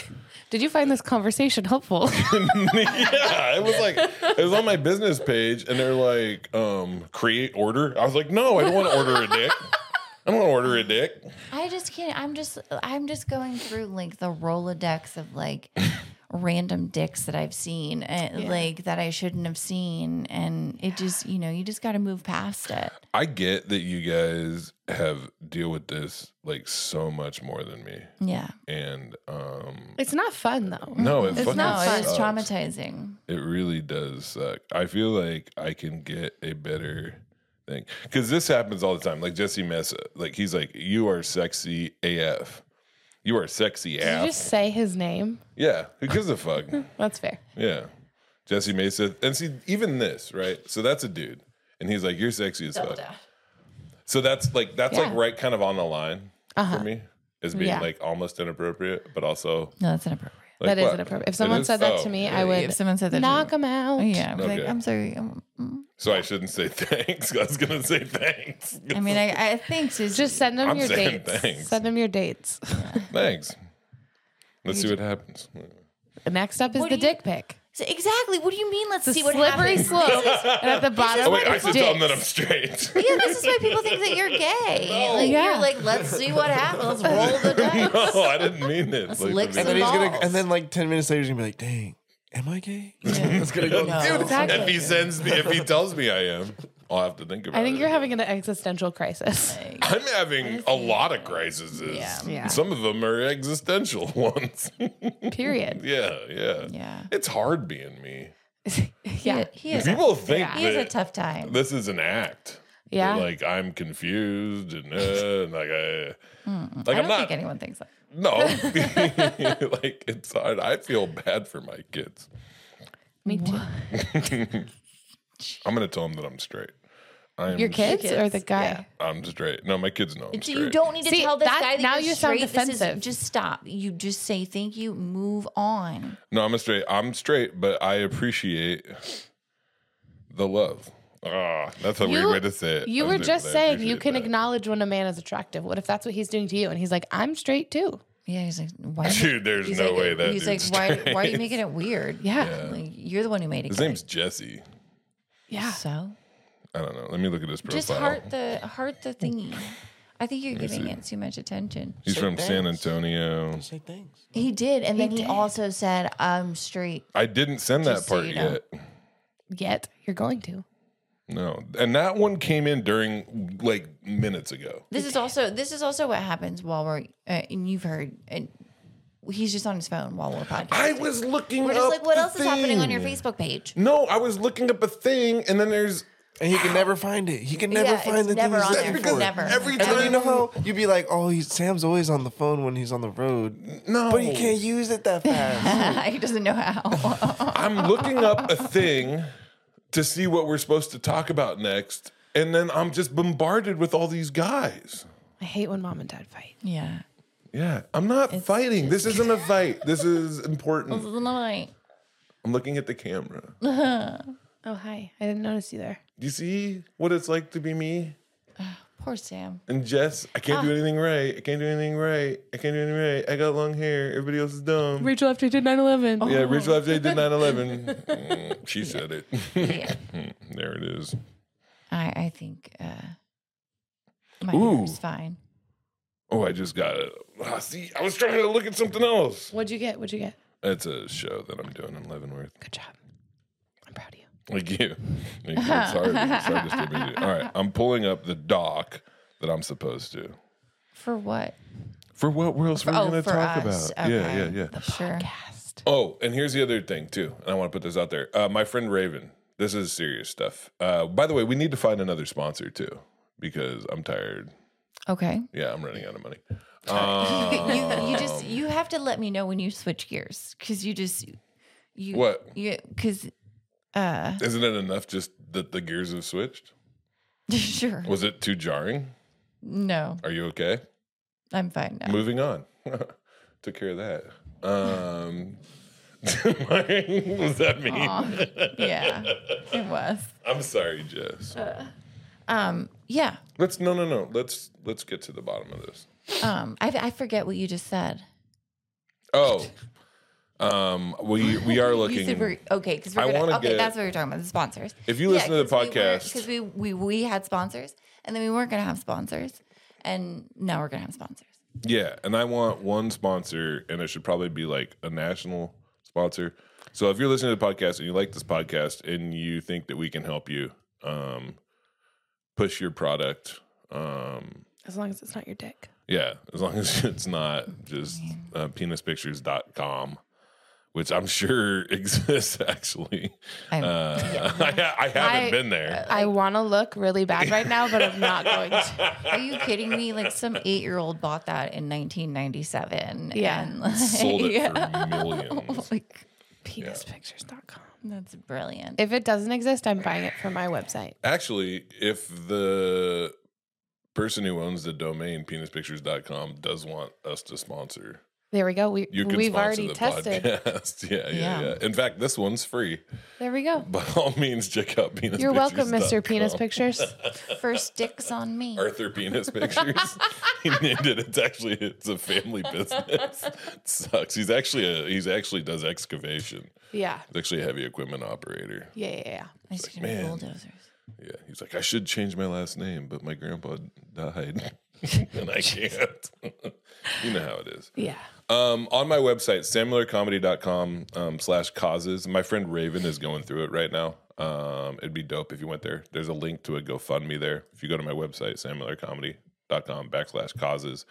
Did you find this conversation helpful? yeah. It was like, it was on my business page and they're like, um, create order. I was like, no, I don't want to order a dick. I don't want to order a dick. I just can't. I'm just I'm just going through like the Rolodex of like random dicks that I've seen, and, like that I shouldn't have seen, and it just you know you just got to move past it. I get that you guys have deal with this like so much more than me. Yeah. And, um, it's not fun though. no, it fucking No, not fun. it is sucks. traumatizing. It really does suck. I feel like I can get a better thing because this happens all the time. Like Jesse Mesa, like he's like, "You are sexy AF. You are sexy Did you AF." just say his name? yeah, who gives a fuck? That's fair. yeah, Jesse Mesa, and see, even this, right? So that's a dude, and he's like, "You're sexy as fuck." So that's like that's like Yeah. Uh-huh. right kind of on the line for me as being Yeah. like almost inappropriate, but also No, that's inappropriate. like, that is what? inappropriate. If It someone is? said that Oh, to me, yeah. I would If someone said that, to knock me- him out. yeah, I was Okay. like I'm sorry. um, mm. so I shouldn't say thanks. I was gonna say thanks. I mean, I, I think she's Just send him I'm your saying dates. thanks. Send him your dates. Thanks. Let's see what happens. Next up is What the do you- dick pic. So exactly. What do you mean? Let's The see what slippery happens. slope. and at the bottom, Oh wait, I is should tell them that I'm dicks. straight. Yeah, this is why people think that you're gay. Like Yeah. you're like, let's see what happens. Let's roll the dice. no, Oh, I didn't mean it. Let's lick and I then mean- he's gonna, balls. and then like ten minutes later, he's gonna be like, dang, am I gay? It's gonna go. No. Dude, if he Exactly. sends me, if he tells me I am, I'll have to think about it. I think you're having an existential crisis. I'm having a lot of crises. Yeah. Yeah. Some of them are existential ones. Period. yeah, yeah. Yeah. It's hard being me. Yeah. He, is People a, think he has a that tough time. this is an act. Yeah. They're Like I'm confused and, uh, and like I, like I I'm don't not. think anyone thinks that. no, like it's hard. I feel bad for my kids. Me too. I'm gonna tell them that I'm straight. I'm Your kids, kids, or the guy? yeah. I'm straight. No, my kids know I'm So straight. you don't need to See, tell this that- guy that now you're you sound straight. This defensive. is just stop. You just say thank you. Move on. No, I'm a straight. I'm straight, but I appreciate the love. Ah, that's a weird way to say it. You I'm were straight, just but I saying you appreciate can that. acknowledge when a man is attractive. What if that's what he's doing to you? And he's like, I'm straight too. Yeah, he's like, why? Dude, there's he's no like, way that he's dude's like, why? Why are you straight. making it weird? Yeah. Like, you're the one who made it. His gay. name's Jesse. Yeah. so. I don't know. Let me look at his profile. Just heart the heart the thingy. I think you're giving it too much attention. He's from Say San thanks. Antonio. Say thanks. He did, and then he also said, "I'm straight." I didn't send that Just so part you know. yet. Yet you're going to. No, and that one came in during like minutes ago. This is also this is also what happens while we're uh, and you've heard and he's just on his phone while we're podcasting. I was looking. we're up just like, what the else is happening on your thing. Facebook page? No, I was looking up a thing, and then there's And he can never find it. He can never Yeah, it's find the never thing on he's there. looking for. Never. every And then time you know how you'd be like, oh, he's, Sam's always on the phone when he's on the road, No, but he can't use it that fast. he doesn't know how. I'm looking up a thing to see what we're supposed to talk about next, and then I'm just bombarded with all these guys. I hate when mom and dad fight. Yeah. Yeah, I'm not fighting. This isn't a fight. This is important. I'm looking at the camera. Do Oh, hi. I didn't notice you there. you see what it's like to be me? Poor Sam. And Jess, I can't Ah. do anything right. I can't do anything right. I can't do anything right. I got long hair. Everybody else is dumb. Mm. Rachel after you did 9 11. yeah, Rachel F. J. did 9 11. She said it. there it is. I, I think uh, my Ooh. hair's fine. Oh, I just got it. Ah, see, I was trying to look at something else. What'd you get? What'd you get? That's a show that I'm doing in Leavenworth. Good job. I'm proud of you. Like you. Thank you. It's hard. It's hard to stay busy. All right. I'm pulling up the doc that I'm supposed to. For what? For what we're else we're oh, going to for talk us. about. Yeah, Okay. yeah, yeah. Sure. Cast. Oh, and here's the other thing too, and I want to put this out there. Uh, my friend Raven, this is serious stuff. Uh, by the way, we need to find another sponsor too, because I'm tired. Okay. Yeah, I'm running out of money. Oh. you, you just you have to let me know when you switch gears because you just you What? you because Isn't it enough just that the gears have switched? sure Was it too jarring? no Are you okay? I'm fine now. Moving on. Took care of that. Um, was that me? yeah, it was. Um, I'm sorry, Jess. Yeah. Let's no, no, no. Let's let's get to the bottom of this. Um, I I forget what you just said. Oh, um, we we are You said looking. we're okay because I we're gonna, wanna okay. get- that's what we're talking about the sponsors. If you listen to the podcast- because we, we we had sponsors and then we weren't gonna have sponsors and now we're gonna have sponsors. Yeah, and I want one sponsor, and it should probably be like a national sponsor. So if you're listening to the podcast and you like this podcast and you think that we can help you um, push your product, um, As long as it's not your dick. yeah, as long as it's not just uh, penispictures.com, which I'm sure exists actually. I'm- Uh, I, I haven't I- been there. I want to look really bad right now, but I'm not going to. Are you kidding me? Like some eight year old bought that in 1997. Yeah. and like, Sold it for millions. like, Penispictures.com. that's brilliant. If it doesn't exist, I'm buying it for my website. Actually, if the person who owns the domain penispictures.com does want us to sponsor, There we go. We, you can we've sponsor already the tested. podcast. yeah, yeah, Yeah. yeah, In fact, this one's free. There we go. By all means, check out penis. You're welcome, Mr. Penis Pictures. Pictures. First dicks on me. Arthur Penis Pictures. he named it. It's actually it's a family business. It sucks. He's actually a he's actually does excavation. Yeah. He's actually a heavy equipment operator. Yeah, yeah, yeah. I used to like, do man. bulldozers. Yeah, he's like, I should change my last name, but my grandpa died, and I can't. you know how it is. Yeah. Um, on my website, samularcomedy.com um, slash causes, my friend Raven is going through it right now. Um, it'd be dope if you went there. There's a link to a GoFundMe there. If you go to my website, samularcomedy.com backslash causes.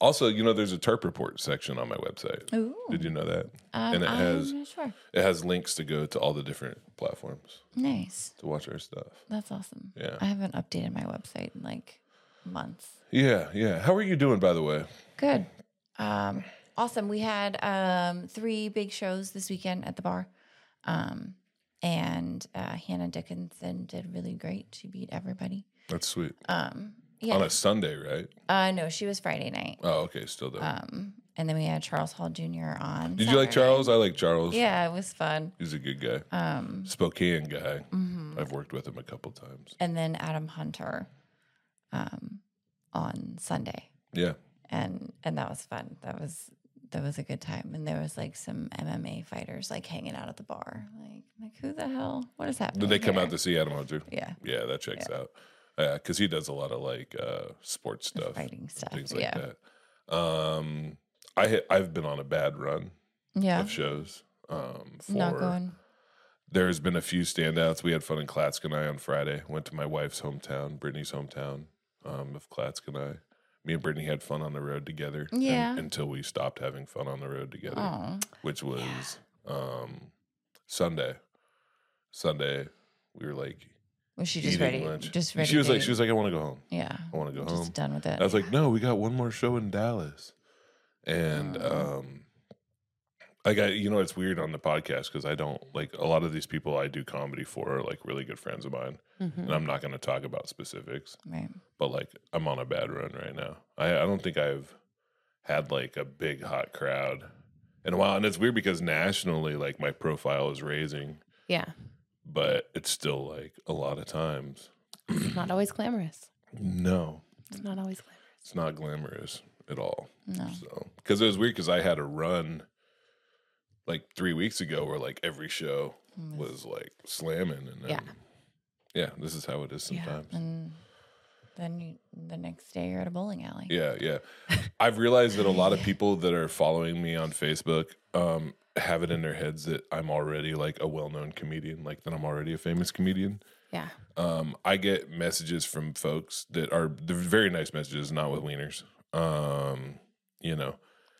Also, you know, there's a TERP report section on my website. Ooh. Did you know that? Um, and it has I'm sure. it has links to go to all the different platforms Nice. to watch our stuff. That's awesome. Yeah. I haven't updated my website in like months. Yeah, yeah. How are you doing, by the way? Good. Um, awesome. We had um, three big shows this weekend at the bar. Um, and uh, Hannah Dickinson did really great. She beat everybody. That's sweet. Um, yeah. On a Sunday, right? Uh, no, she was Friday night. Oh, okay. Still there. Um, and then we had Charles Hall Jr. on. Did you like Saturday. Charles? I like Charles. Yeah, it was fun. He's a good guy. Um, Spokane guy. mm-hmm. I've worked with him a couple times. and then Adam Hunter, um, on Sunday, Yeah. and and that was fun. That was that was a good time. And there was like some MMA fighters like hanging out at the bar. Like like who the hell? What is happening? Did they come here? out to see Adam Hunter? yeah Yeah, that checks out. Yeah, because he does a lot of like uh, sports stuff, fighting stuff? things like yeah that. Um, I ha- I've been on a bad run yeah. of shows. Um, for Not going. there's been a few standouts. We had fun in Klatsk and I on Friday. Went to my wife's hometown, Brittany's hometown um, of Klatsk and I. Me and Brittany had fun on the road together. un- Yeah. until we stopped having fun on the road together, Oh, which was um, Sunday. Sunday, we were like was she just eating ready? lunch. Just ready. She was to- like, she was like, I want to go home. yeah. I want to go Just home. done with it. I was like, no, we got one more show in Dallas. And um, Like I, you know, it's weird on the podcast because I don't like a lot of these people I do comedy for are like really good friends of mine, Mm-hmm. and I'm not going to talk about specifics. Right. But like, I'm on a bad run right now. I, I don't think I've had like a big hot crowd in a while, and it's weird because nationally, like my profile is raising, Yeah. but it's still like a lot of times. It's not always glamorous. No, It's not always glamorous. it's not glamorous at all. No. So, because it was weird because I had a run like three weeks ago where like every show was like slamming, and then, Yeah. yeah, this is how it is Yeah. sometimes. And then you, the next day you're at a bowling alley. Yeah, yeah. I've realized that a lot of people that are following me on Facebook um, have it in their heads that I'm already like a well-known comedian, like that I'm already a famous comedian. Yeah. um, I get messages from folks that are they're very nice messages, not with wieners. Um, you know,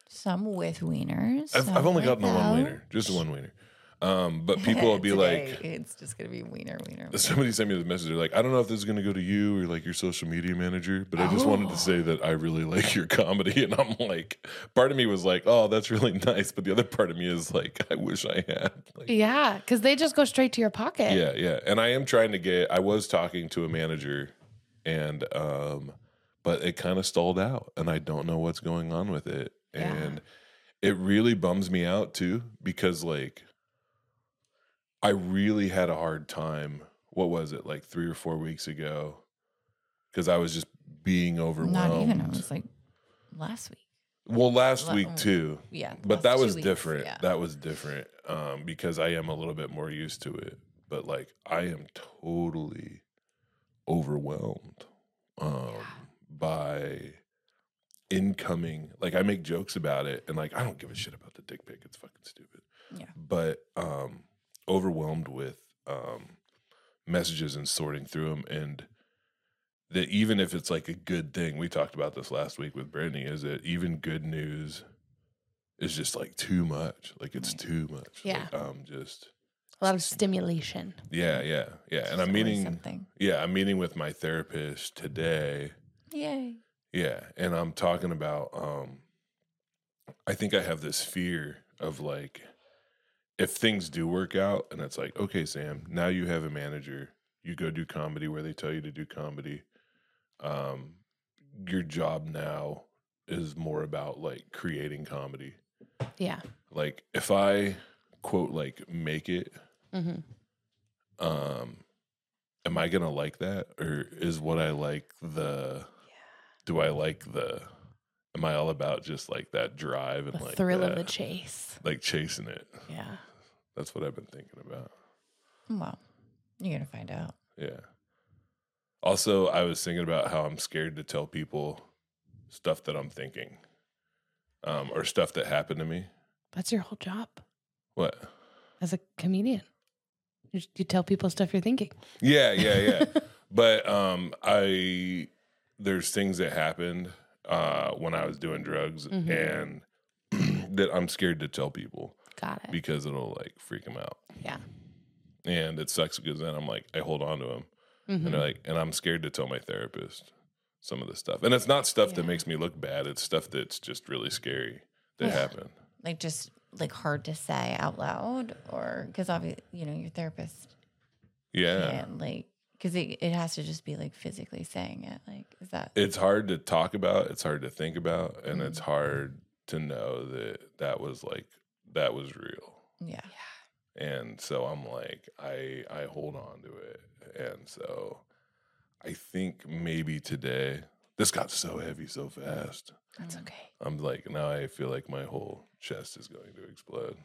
Some with wieners. I've, some I've only gotten the one without. wiener, just the one wiener. Um, but people will be Today, like, it's just gonna be wiener, wiener. somebody sent me this message. They're like, I don't know if this is going to go to you or like your social media manager, but I just wanted to say that I really like your comedy. And I'm like, part of me was like, oh, that's really nice, but the other part of me is like, I wish I had. Like, Yeah. Because they just go straight to your pocket. Yeah, yeah. And I am trying to get I was talking to a manager and um but it kind of stalled out and I don't know what's going on with it. And it really bums me out too because like I really had a hard time. What was it? Like 3 or 4 weeks ago cuz I was just being overwhelmed. Not even. It was like last week. well, last La- week too. Yeah. But last that two was weeks, different. Yeah. That was different um, because I am a little bit more used to it. But like, I am totally overwhelmed um, by incoming. Like, I make jokes about it, and like, I don't give a shit about the dick pic. It's fucking stupid. Yeah. But um, overwhelmed with um, messages and sorting through them, and that even if it's like a good thing, we talked about this last week with Brittany, is that even good news is just like too much. Like it's too much. Yeah. Like, I'm just A lot of stimulation. yeah, yeah, yeah. And I'm Always meeting something. yeah, I'm meeting with my therapist today. Yay. Yeah, and I'm talking about um I think I have this fear of like if things do work out and it's like, okay, Sam, now you have a manager. You go do comedy where they tell you to do comedy. Um your job now is more about like creating comedy. Yeah. Like if I quote like make it Mm-hmm. um am i gonna like that or is what i like the do i like the am i all about just like that drive and The like thrill of that- the chase. like chasing it Yeah. that's what i've been thinking about Well, you're gonna find out. yeah also i was thinking about how i'm scared to tell people stuff that i'm thinking um or stuff that happened to me That's your whole job what as a comedian. You, you tell people stuff you're thinking. Yeah, yeah, yeah. but um I there's things that happened uh when I was doing drugs Mhm. and that I'm scared to tell people Got it. because it'll like freak them out. Yeah. And it sucks because then I'm like I hold on to them and Mhm. they're like and I'm scared to tell my therapist some of the stuff. And it's not stuff that makes me look bad, it's stuff that's just really scary that happened. Like just like hard to say out loud, or because obviously you know your therapist Yeah. can't like because it it has to just be like physically saying it. Like is that it's hard to talk about it's hard to think about and it's hard to know that that was like that was real yeah and so i'm like i i hold on to it and so i think maybe today this got so heavy so fast That's okay. i'm like now i feel like my whole chest is going to explode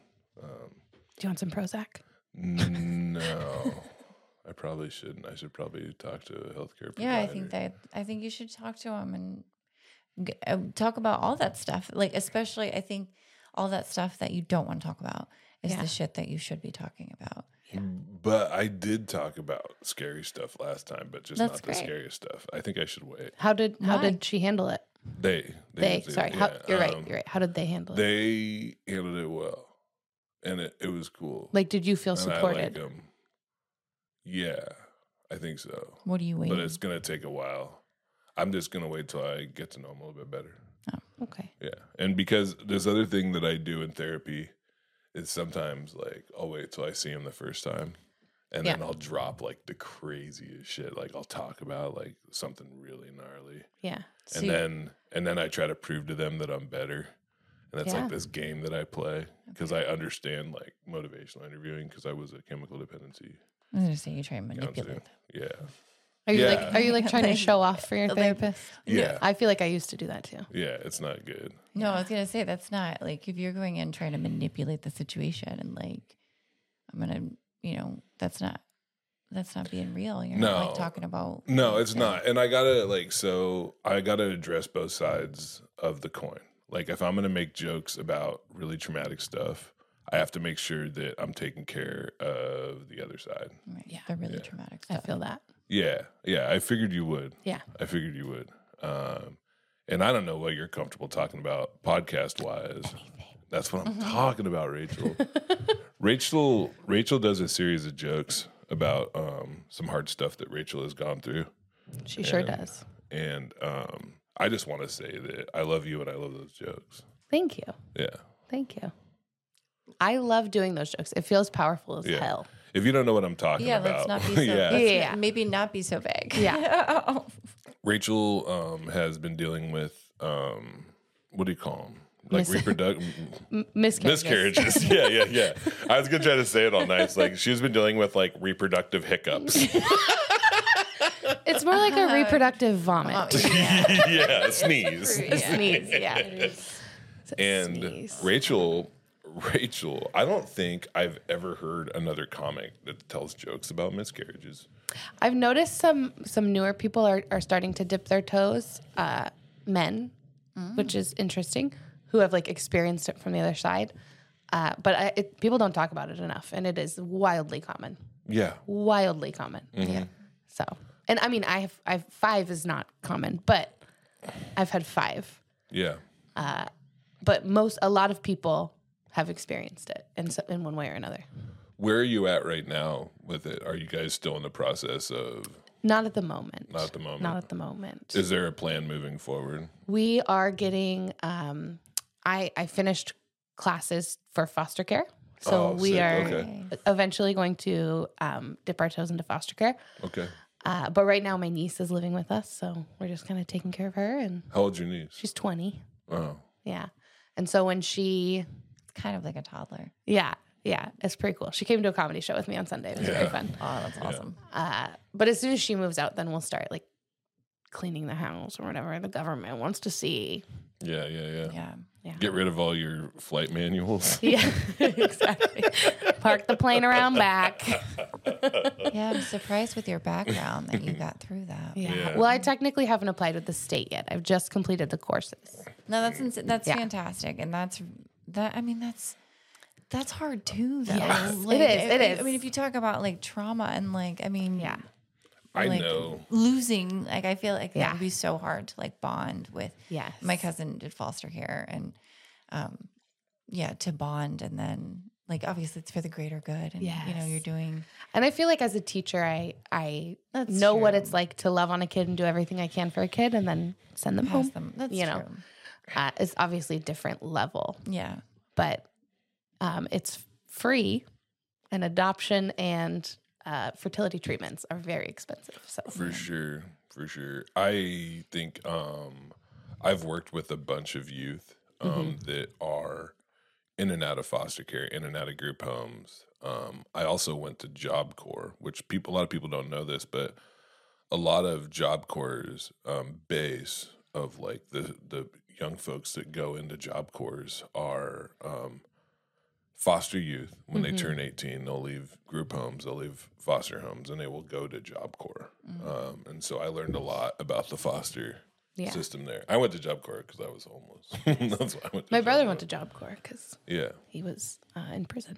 um Do you want some Prozac? no i probably shouldn't i should probably talk to a healthcare provider yeah? I think that I think you should talk to him and g- uh, talk about all that stuff. Like especially I think all that stuff that you don't want to talk about is Yeah. the shit that you should be talking about. But I did talk about scary stuff last time, but just That's not great. the scariest stuff. I think I should wait. How did how Why? did she handle it? They, They, did- sorry. how, yeah, you're right. um, You're right. How did they handle it? They handled it well, and it, it was cool. Like, did you feel And I supported? like 'em. Yeah, I think so. What do you wait? But it's gonna take a while. I'm just gonna wait till I get to know them a little bit better. okay. Yeah, and because this other thing that I do in therapy is sometimes like I'll wait till I see him the first time, and then I'll drop like the craziest shit. Like I'll talk about like something really gnarly, Yeah. So and you- then and then I try to prove to them that I'm better. And that's Yeah. like this game that I play because I understand like motivational interviewing because I was a chemical dependency I was gonna say you try and manipulate. counselor. them. Yeah, Are you Yeah. like are you like trying to Like- show off for your like- therapist? yeah, I feel like I used to do that too. yeah. It's not good. No, I was gonna say that's not like if you're going in trying to manipulate the situation and like I'm gonna, you know, that's not that's not being real. You're not No. like talking about No, it's not. And I gotta like so I gotta address both sides of the coin. Like if I'm gonna make jokes about really traumatic stuff, I have to make sure that I'm taking care of the other side. right, Yeah. the really Yeah. traumatic I stuff. feel that. Yeah, yeah. I figured you would. Yeah. I figured you would. Um, and I don't know what you're comfortable talking about podcast wise. That's what I'm Mm-hmm. talking about, Rachel. Rachel Rachel does a series of jokes about um, some hard stuff that Rachel has gone through. She sure Yeah. does. And um, I just want to say that I love you and I love those jokes. Thank you. Yeah. Thank you. I love doing those jokes. It feels powerful as Yeah. hell. If you don't know what I'm talking yeah, about, let's not be so yeah. let's Yeah. not- maybe not be so vague. Yeah. Rachel um, has been dealing with um, what do you call them? Like Mis- reproductive. M- miscarriages. miscarriages. yeah, yeah, yeah. I was gonna try to say it all nice. Like she's been dealing with like reproductive hiccups. It's more like a reproductive vomit. yeah, sneeze. A Uh-huh. Sneeze, yeah. And Sneeze. Rachel, Rachel, I don't think I've ever heard another comic that tells jokes about miscarriages. I've noticed some some newer people are, are starting to dip their toes, uh, men, which is interesting, who have like experienced it from the other side. Uh, but I, it, people don't talk about it enough, and it is wildly common, Yeah, wildly common. Yeah. So, and I mean, I have I've five is not common, but I've had five. yeah, But most a lot of people have experienced it in so, in one way or another. Where are you at right now with it? Are you guys still in the process of? Not at the moment. Not at the moment. Not at the moment. Is there a plan moving forward? We are getting. Um, I I finished classes for foster care, so Oh, we sick. are Okay. eventually going to um, dip our toes into foster care. Okay. Uh, but right now, my niece is living with us, so we're just kind of taking care of her, and How old's your niece? she's twenty. Oh, Yeah, and so when she, It's kind of like a toddler. yeah, yeah, it's pretty cool. She came to a comedy show with me on Sunday. It was very Yeah. fun. Oh, that's awesome. Uh, but as soon as she moves out, then we'll start like cleaning the house or whatever the government wants to see. yeah, yeah, yeah. Yeah. Yeah. Get rid of all your flight manuals. Yeah, exactly. Park the plane around back. Yeah. I'm surprised with your background that you got through that. Yeah. Yeah. Well, I technically haven't applied with the state yet. I've just completed the courses. No, that's ins- that's Yeah. fantastic, and that's that. I mean, that's that's hard too, though. Yes, it Like, is, it I- is. I mean, if you talk about like trauma and like, I mean, Yeah. I like, know. losing. Like, I feel like Yeah. that would be so hard to like bond with. Yes. my cousin did foster care, and um, yeah, to bond, and then like obviously it's for the greater good, and you know Yes. you're doing And I feel like as a teacher, I I That's know what true. it's like to love on a kid and do everything I can for a kid, and then send them past them. home. That's you true. know. Uh, it's obviously a different level, Yeah, but um, it's free, and adoption and uh, fertility treatments are very expensive. So For sure, for sure. I think um, I've worked with a bunch of youth um, that are in and out of foster care, in and out of group homes. Um, I also went to Job Corps, which people a lot of people don't know this, but a lot of Job Corps' um, base of like the the young folks that go into Job Corps are um, foster youth. When Mm-hmm. they turn eighteen, they'll leave group homes, they'll leave foster homes, and they will go to Job Corps. Mm-hmm. Um, and so I learned a lot about the foster. Yeah. System there. I went to Job Corps because I was homeless. That's why I went. To my Job brother Corps. went to Job Corps because Yeah, he was uh, in prison.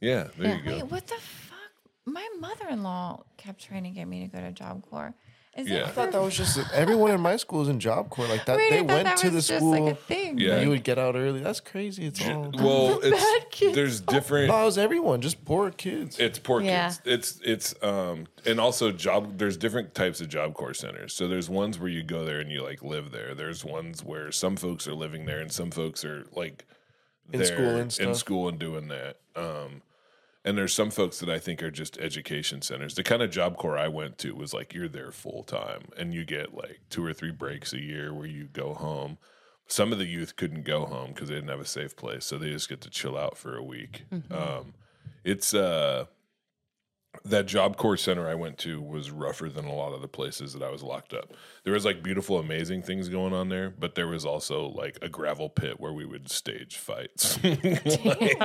yeah. There Yeah. you go. Wait, what the fuck? My mother-in-law kept trying to get me to go to Job Corps. Is Yeah. it I for I thought that was just everyone in my school was in Job Corps like that. Wait, I they thought went that to the was just, school. Like a thing. Yeah. You would get out early. That's crazy. It's all. Well, it's there's different. no, it was everyone, just poor kids. It's poor Yeah. kids. It's it's um and also job there's different types of job corps centers. So there's ones where you go there and you like live there. There's ones where some folks are living there and some folks are like In school there- and in stuff. school and doing that. Um, and there's some folks that I think are just education centers. The kind of job corps I went to was like you're there full time and you get like two or three breaks a year where you go home. Some of the youth couldn't go home because they didn't have a safe place, so they just get to chill out for a week. Um, it's uh, that job corps center I went to was rougher than a lot of the places that I was locked up. There was like beautiful, amazing things going on there, but there was also like a gravel pit where we would stage fights, like,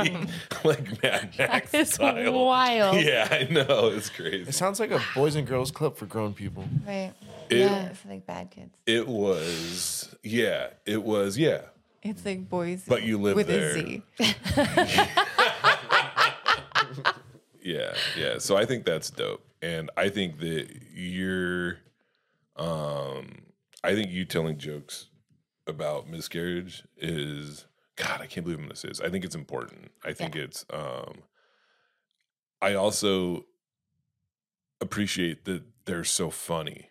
like Mad Max It's style. wild. Yeah, I know it's crazy. It sounds like a boys and girls club for grown people. Right. It- yeah. It's like bad kids. It was, yeah, it was, yeah. It's like boys. But you live with there. a Z. Yeah, yeah. So I think that's dope, and I think that you're, um, I think you telling jokes about miscarriage is God. I can't believe I'm going to say this. I think it's important. I think it's. um I also appreciate that they're so funny.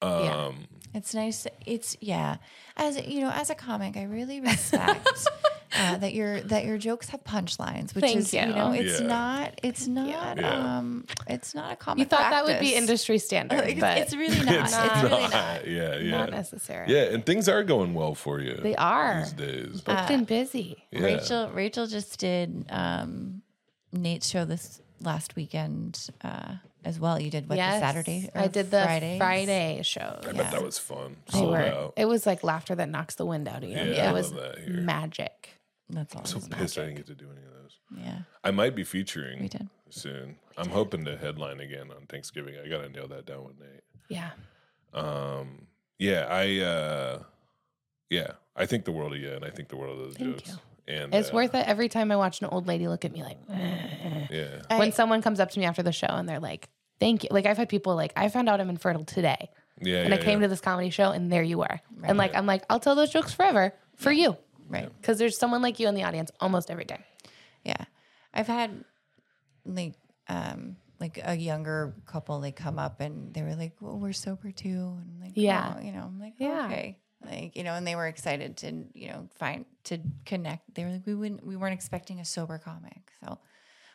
Um, Yeah. It's nice. It's yeah. As you know, as a comic, I really respect uh, that your that your jokes have punchlines, which Thank is you. you. know, it's Yeah. not it's not Yeah. um it's not a comic. You thought that would be practice. industry standard, Like, but it's, it's really not. It's, not. really not- not. Yeah, yeah, not necessary. yeah. And things are going well for you. They are. these days. Uh, Booked and busy. Yeah. Rachel Rachel just did um, Nate's show this last weekend uh, as well. You did what the Saturday? or I did the Fridays? Friday shows. I bet that was fun. They Sold were- out. It was like laughter that knocks the wind out of you. Oh, Yeah, I it was love that here. magic. That's awesome. I'm pissed I didn't get to do any of those. yeah, I might be featuring we did. soon. I'm hoping to headline again on Thanksgiving. I gotta nail that down with Nate. Yeah. Um, yeah, I, uh, yeah, I think the world of you, and I think the world of those Thank jokes. you. And It's uh, worth it every time I watch an old lady look at me like Yeah, I- when someone comes up to me after the show and they're like, Thank you. Like I've had people like, I found out I'm infertile today. yeah. And I came to this comedy show and there you were. And like I'm like, I'll tell those jokes forever for you. Right. Because there's someone like you in the audience almost every day. Yeah. I've had like um like a younger couple they come up and they were like, Well, we're sober too and I'm like, Yeah. "Oh," you know, I'm like, Yeah. okay. Like, you know, and they were excited to, you know, find to connect. They were like, We wouldn't we weren't expecting a sober comic. So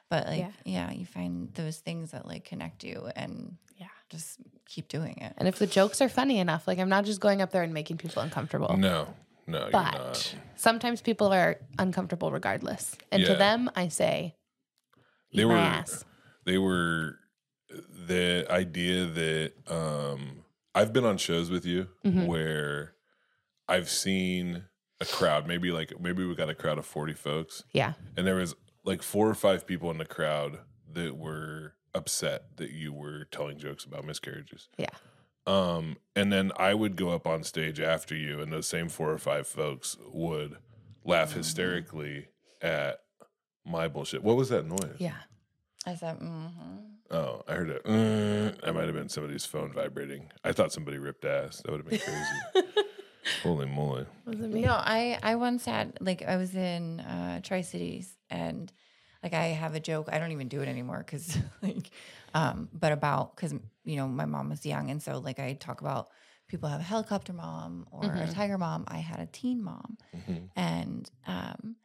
but like Yeah. yeah, you find those things that like connect you and Yeah. just keep doing it. And if the jokes are funny enough, like I'm not just going up there and making people uncomfortable. No, no, you're but not. sometimes people are uncomfortable regardless. And to Yeah. them, I say, they Eat my were ass. they were the idea that um I've been on shows with you Mm-hmm. where I've seen a crowd, maybe like maybe we got a crowd of 40 folks yeah, and there was like four or five people in the crowd that were upset that you were telling jokes about miscarriages. yeah, Um, and then I would go up on stage after you, and those same four or five folks would laugh hysterically at my bullshit. What was that noise? yeah. I said, mm-hmm. Oh, I heard it. Mm, that might have been somebody's phone vibrating. I thought somebody ripped ass. That would have been crazy. Holy moly. No, I I once had like I was in uh, Tri Cities and like I have a joke. I don't even do it anymore because like, um, but about because you know my mom was young and so like I talk about people have a helicopter mom or a tiger mom. I had a teen mom, and um,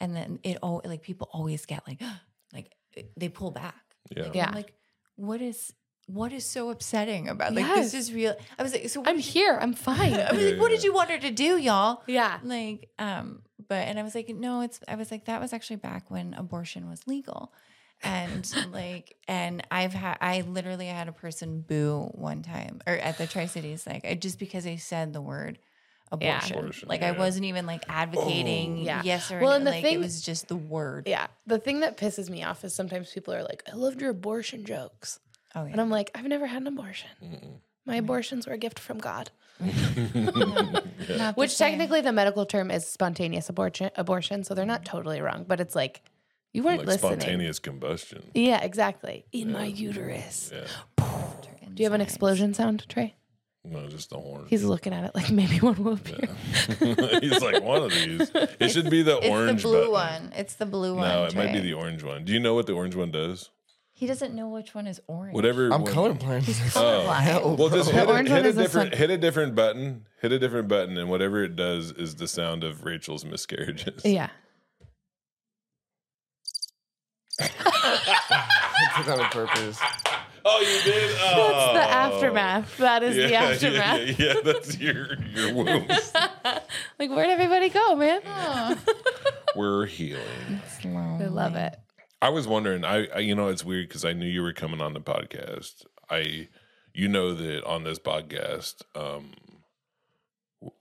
and then it all like people always get like like eh, they pull back. Yeah. Like, Yeah. I'm like what is what is so upsetting about like Yes. this is real? I was like so what I'm did you- here. I'm fine. I was like, what did you want her to do, y'all? yeah, like um but and i was like no it's i was like that was actually back when abortion was legal and like and i've had i literally had a person boo one time or at the tri-cities like I, just because i said the word Yeah. abortion, Abortion, like i yeah. wasn't even like advocating Yeah. yes or Well, no. and the like thing- it was just the word yeah. The thing that pisses me off is sometimes people are like, I loved your abortion jokes, oh and yeah I'm like, I've never had an abortion. My abortions were a gift from God, Not the which same. technically the medical term is spontaneous abortion. Abortion, so they're not totally wrong, but it's like you weren't Like listening. spontaneous combustion. Yeah, exactly. In my uterus. Yeah. Do you have an explosion sound, Trey? No, just the horn. He's looking at it like maybe one will appear. He's like one of these. It should be the it's orange the blue button. one it's the blue one No, it might be Trey. the orange one. Do you know what the orange one does? he doesn't know which one is orange Whatever. I'm one- colorblind. Colorblind. Well, just hit, a, orange one hit a is this different one. hit a different button. Hit a different button, and whatever it does is the sound of Rachel's miscarriages. yeah. did that on purpose. Oh, you did. That's Oh. the aftermath. That is the aftermath. Yeah, yeah, that's your your wounds. Like, where'd everybody go, man? Oh. We're healing. I love it. I was wondering. I, I you know it's weird because I knew you were coming on the podcast. I you know that on this podcast, um,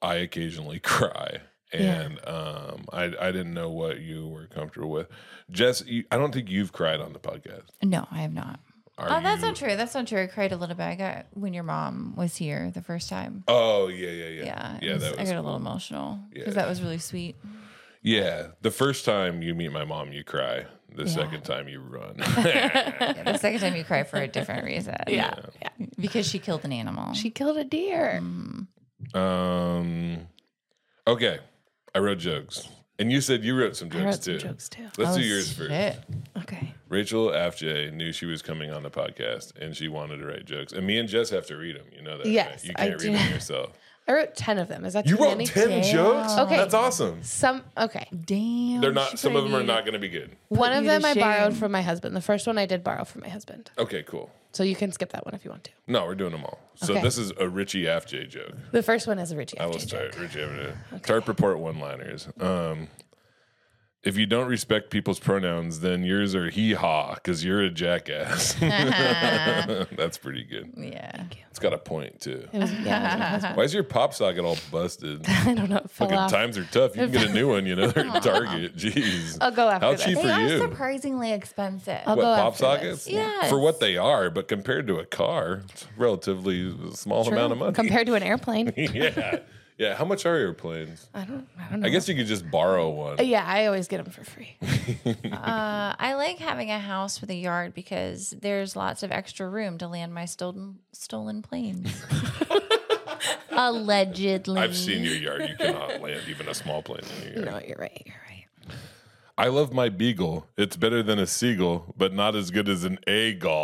I occasionally cry, and um, I I didn't know what you were comfortable with. Jess, you, I don't think you've cried on the podcast. No, I have not. Are oh, that's you- not true. That's not true. I cried a little bit. I got when your mom was here the first time. Oh yeah, yeah, yeah, Yeah, it yeah. was- That I was got a little emotional because Yeah. that was really sweet. yeah. The first time you meet my mom, you cry. The Yeah. second time, you run. Yeah, the second time you cry for a different reason. Yeah. yeah. because she killed an animal. She killed a deer. Um. Okay, I wrote jokes, and you said you wrote some jokes I wrote too. some jokes too. Let's Oh, do yours first. shit. Okay. Rachel Afj knew she was coming on the podcast, and she wanted to write jokes. And me and Jess have to read them. You know that. Yes, right? you I can't do. read them yourself. I wrote 10 of them. Is that You too wrote many? ten jokes. Okay. that's awesome. Some, okay. Damn. They're not. she Some put of them are you- not going to be good. One of you to them I shame. borrowed from my husband. The first one I did borrow from my husband. Okay, cool. So you can skip that one if you want to. No, we're doing them all. So Okay. this is a Richie Afj joke. The first one is a Richie. I will start. Richie Avenue. Tarp report one liners. Um, if you don't respect people's pronouns, then yours are hee haw because you're a jackass. Uh-huh. That's pretty good. Yeah. It's got a point too. It was, yeah, it was my husband. Why is your pop socket all busted? I don't know. It fell Fucking off. times are tough. You can get a new one, you know. They're at Target. Jeez. I'll go after How this. cheap They are are you? surprisingly expensive. I'll What go pop after this. sockets? Yes. For what they are, but compared to a car, it's a relatively small amount of money. Compared to an airplane. yeah, yeah. How much are airplanes? I don't, I don't know. I guess you could just borrow one. Uh, yeah, I always get them for free. Uh, I like having a house with a yard because there's lots of extra room to land my stolen stolen planes. Allegedly, I've seen your yard. You cannot land even a small plane in your yard. No, you're right. You're right. I love my beagle. It's better than a seagull, but not as good as an eagle.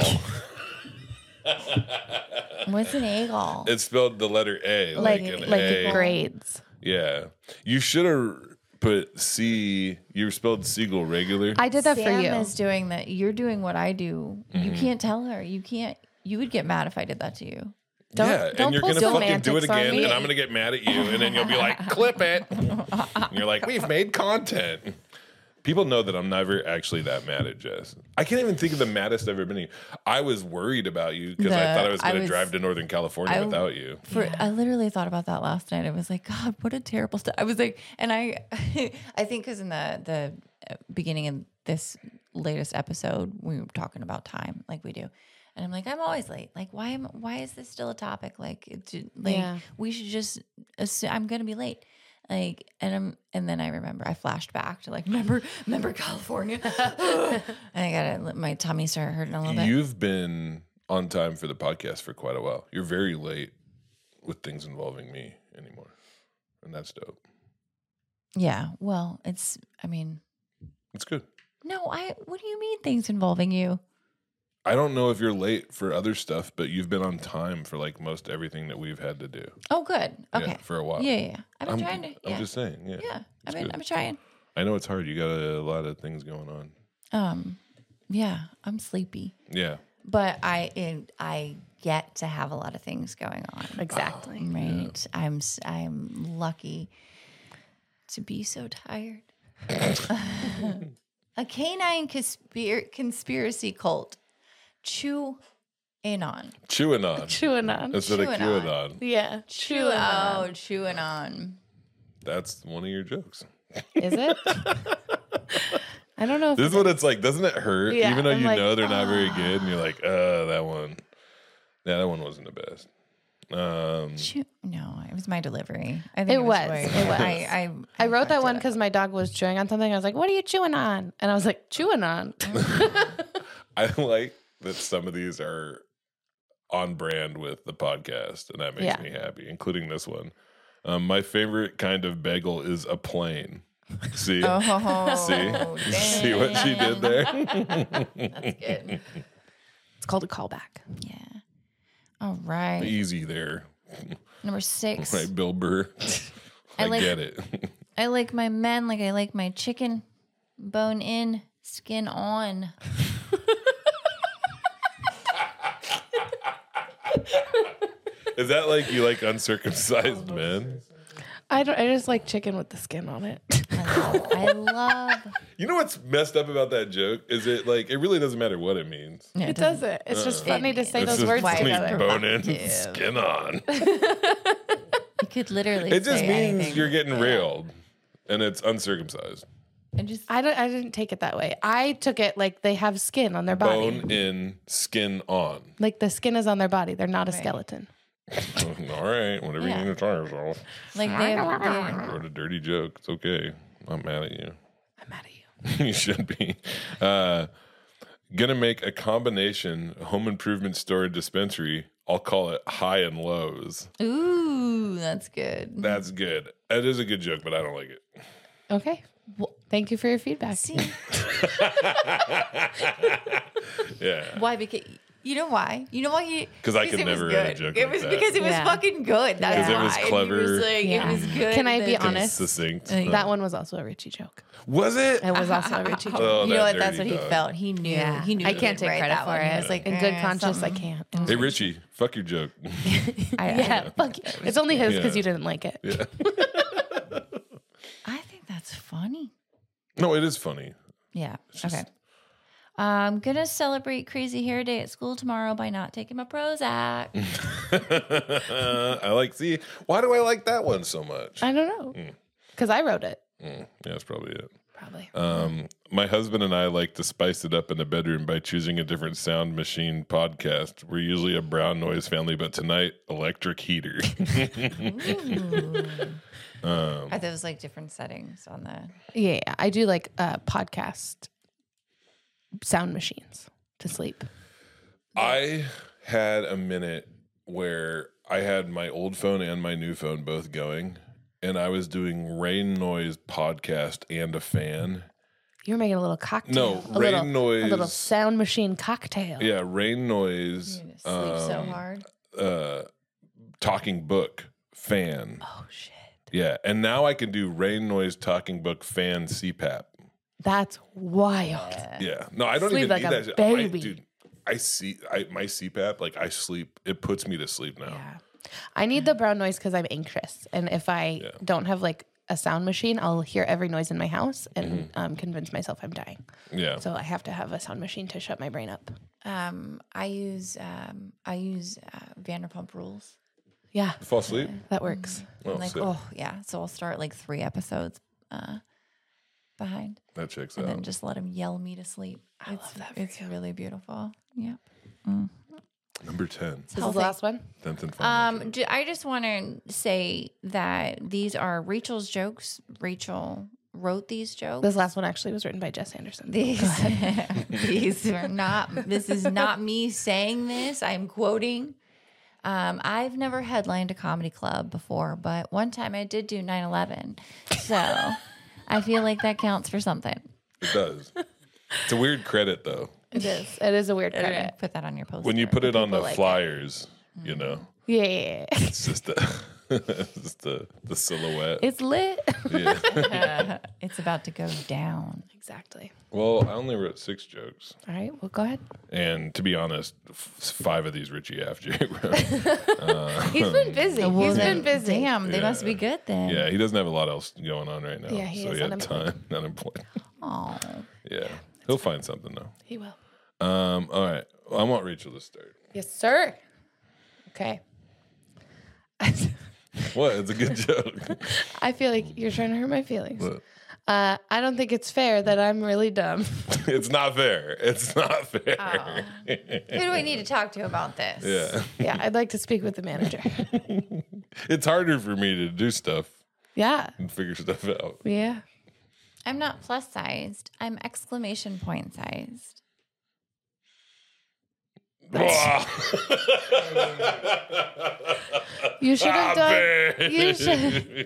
What's an eagle? it's spelled the letter A, like, Like, an like A. grades. Yeah. You should have put C. You spelled seagull regular. I did that Sam for you. is doing that. You're doing what I do. You can't tell her. You can't. You would get mad if I did that to you. don't- yeah, don't and you're pull gonna fucking semantics do it on again, me. and I'm gonna get mad at you, and then you'll be like, "Clip it," and you're like, "We've made content." People know that I'm never actually that mad at Jess. I can't even think of the maddest I've ever been. at you. I was worried about you because I The- thought I was I going to was- drive to Northern California I- without you. For I literally thought about that last night. I was like, God, what a terrible stuff. I was like, and I, I think because in the the beginning of this latest episode, we were talking about time, like we do, and I'm like, I'm always late. Like, why am why is this still a topic? Like, it, ju- like Yeah. we should just assume I'm gonna be late. Like and I'm and then I remember I flashed back to like remember remember California and I got to my tummy started hurting a little bit. You've been on time for the podcast for quite a while. You're very late with things involving me anymore, and that's dope. yeah, well, it's I mean It's good. No, I. What do you mean things involving you? I don't know if you're late for other stuff, but you've been on time for like most everything that we've had to do. Oh, good. Yeah, Okay. for a while. Yeah, yeah. yeah. I've been I'm, trying to. I'm yeah. just saying. Yeah. yeah. I've it's been. good. I'm trying. I know it's hard. You got a, lot of things going on. Um. Yeah. I'm sleepy, Yeah. but I. and I get to have a lot of things going on. Um, exactly. Right. I'm. s- I'm lucky to be so tired. a canine conspir- conspiracy cult. Chew in on. Chewing on. Chewing on. Instead of Chewing queuing on. on. Yeah. Chewing on. Oh, chewing on. That's one of your jokes. Is it? I don't know if This is what it's like. Doesn't it hurt? Yeah, Even though I'm you like, know they're not "Ah." very good, and you're like, uh, that one. Yeah, that one wasn't the best. Um, Chew- no, it was my delivery. I think It it, was. was. worse. It was. I, I, I wrote that fucked one it up. because my dog was chewing on something. I was like, "What are you chewing on?" And I was like, "Chewing on." I like that some of these are on brand with the podcast, and that makes Yeah. me happy, including this one. Um, my favorite kind of bagel is a plane. See, Oh, see, see what she did there. That's good. it's called a callback. Yeah. All right. Easy there, Number six. right, Bill Burr. I, I like- get it. I like my men like I like my chicken, bone in, skin on. Is that like you like uncircumcised men? I don't. I just like chicken with the skin on it. I love. You know what's messed up about that joke? Is it like it really doesn't matter what it means. No, it doesn't. It's just funny to say It's those just words why clean together. bone in, Ew. skin on. You could literally. It just say means anything. you're getting railed, and it's uncircumcised. It just I don't. I didn't take it that way. I took it like they have skin on their body. Bone in, skin on. Like the skin is on their body. They're not a skeleton. All right, whatever Yeah. you need to tell yourself. like they have. they- Wrote a dirty joke. It's okay. I'm not mad at you. I'm mad at you. you should be. Uh, gonna make a combination home improvement store and dispensary. I'll call it high and lows. Ooh, that's good. That's good. That is a good joke, but I don't like it. Okay. Well, thank you for your feedback. See Yeah, why? Because you know why? You know why? you? 'Cause I could it was never write a good. joke It like was that. because it was Yeah. fucking good. That's 'Cause it was why. And clever. He was like, Yeah. It was good. Can I be That's- honest? succinct. Uh, No. That one was also a Richie joke. Was it? It was also a Richie joke. Oh, you know that what? That's what dirty he dog. felt. He knew. Yeah. He knew. I he can't didn't take write credit that for one. it. He was like, "Eh, In good conscience, I can't. Hey Richie, fuck your joke. I, Yeah. Fuck you. It's only his because Yeah. you didn't like it. yeah. I, I think that's funny. No, it is funny. Yeah. okay. I'm gonna celebrate Crazy Hair Day at school tomorrow by not taking my Prozac. Uh, I like. See, why do I like that one so much? I don't know. Because I wrote it. Mm, yeah, that's probably it. Probably. Um, my husband and I like to spice it up in the bedroom by choosing a different sound machine podcast. We're usually a brown noise family, but tonight, electric heater. Um, Are those like different settings on the? Yeah, yeah. I do like uh, podcast sound machines to sleep. I had a minute where I had my old phone and my new phone both going, and I was doing rain noise podcast and a fan. You're making a little cocktail. No, a rain little, A little noise. sound machine cocktail. Yeah, rain noise. You're gonna sleep so um, hard. uh, talking book fan. Oh shit! Yeah, and now I can do rain noise talking book fan CPAP. That's wild. Yeah, no, I don't Sleep even like need a that. shit. I- baby. dude, I see. I my CPAP like I sleep. It puts me to sleep now. Yeah. I need the brown noise because I'm anxious. And if I Yeah. don't have like a sound machine, I'll hear every noise in my house and Mm-hmm. um, convince myself I'm dying. Yeah, So I have to have a sound machine to shut my brain up. Um, I use um, I use uh, Vanderpump Rules. Yeah, fall asleep. that works. Well, I'm like, sick. oh yeah. So I'll start like three episodes uh, behind, that checks and then out. just let him yell me to sleep. I it's, love that. it's really beautiful. Yep. Number ten, This is the last one. tenth and final. Um, do, I just want to say that these are Rachel's jokes. Rachel wrote these jokes. This last one actually was written by Jess Anderson. these, these are not. This is not me saying this. I'm quoting. Um, I've never headlined a comedy club before, but one time I did do 9/11, so I feel like that counts for something. it does. It's a weird credit though. It is. It is a weird credit. Put that on your poster. When you put it on the like it. Mm. flyers, you know, Yeah, yeah, yeah. it's just the it's just the the silhouette. It's lit. yeah. it's about to go down. exactly. Well, I only wrote six jokes. All right. Well, go ahead. And to be honest, f- five of these Richie F. J. wrote. He's been busy. He's been busy. Damn, they must be good then. yeah, he doesn't have a lot else going on right now. Yeah, he so is he had unemployed. time, unemployed. Aw. Yeah, he'll find something though. He will. Um, all right, I want Rachel to start. Yes, sir. Okay. What? It's a good joke. I feel like you're trying to hurt my feelings. What? Uh, I don't think it's fair that I'm really dumb. it's not fair. It's not fair. Who do I need to talk to about this? Yeah, yeah, I'd like to speak with the manager. it's harder for me to do stuff Yeah. and figure stuff out. Yeah. I'm not plus sized. I'm exclamation point sized. You should Ah, have done. Fair. You should,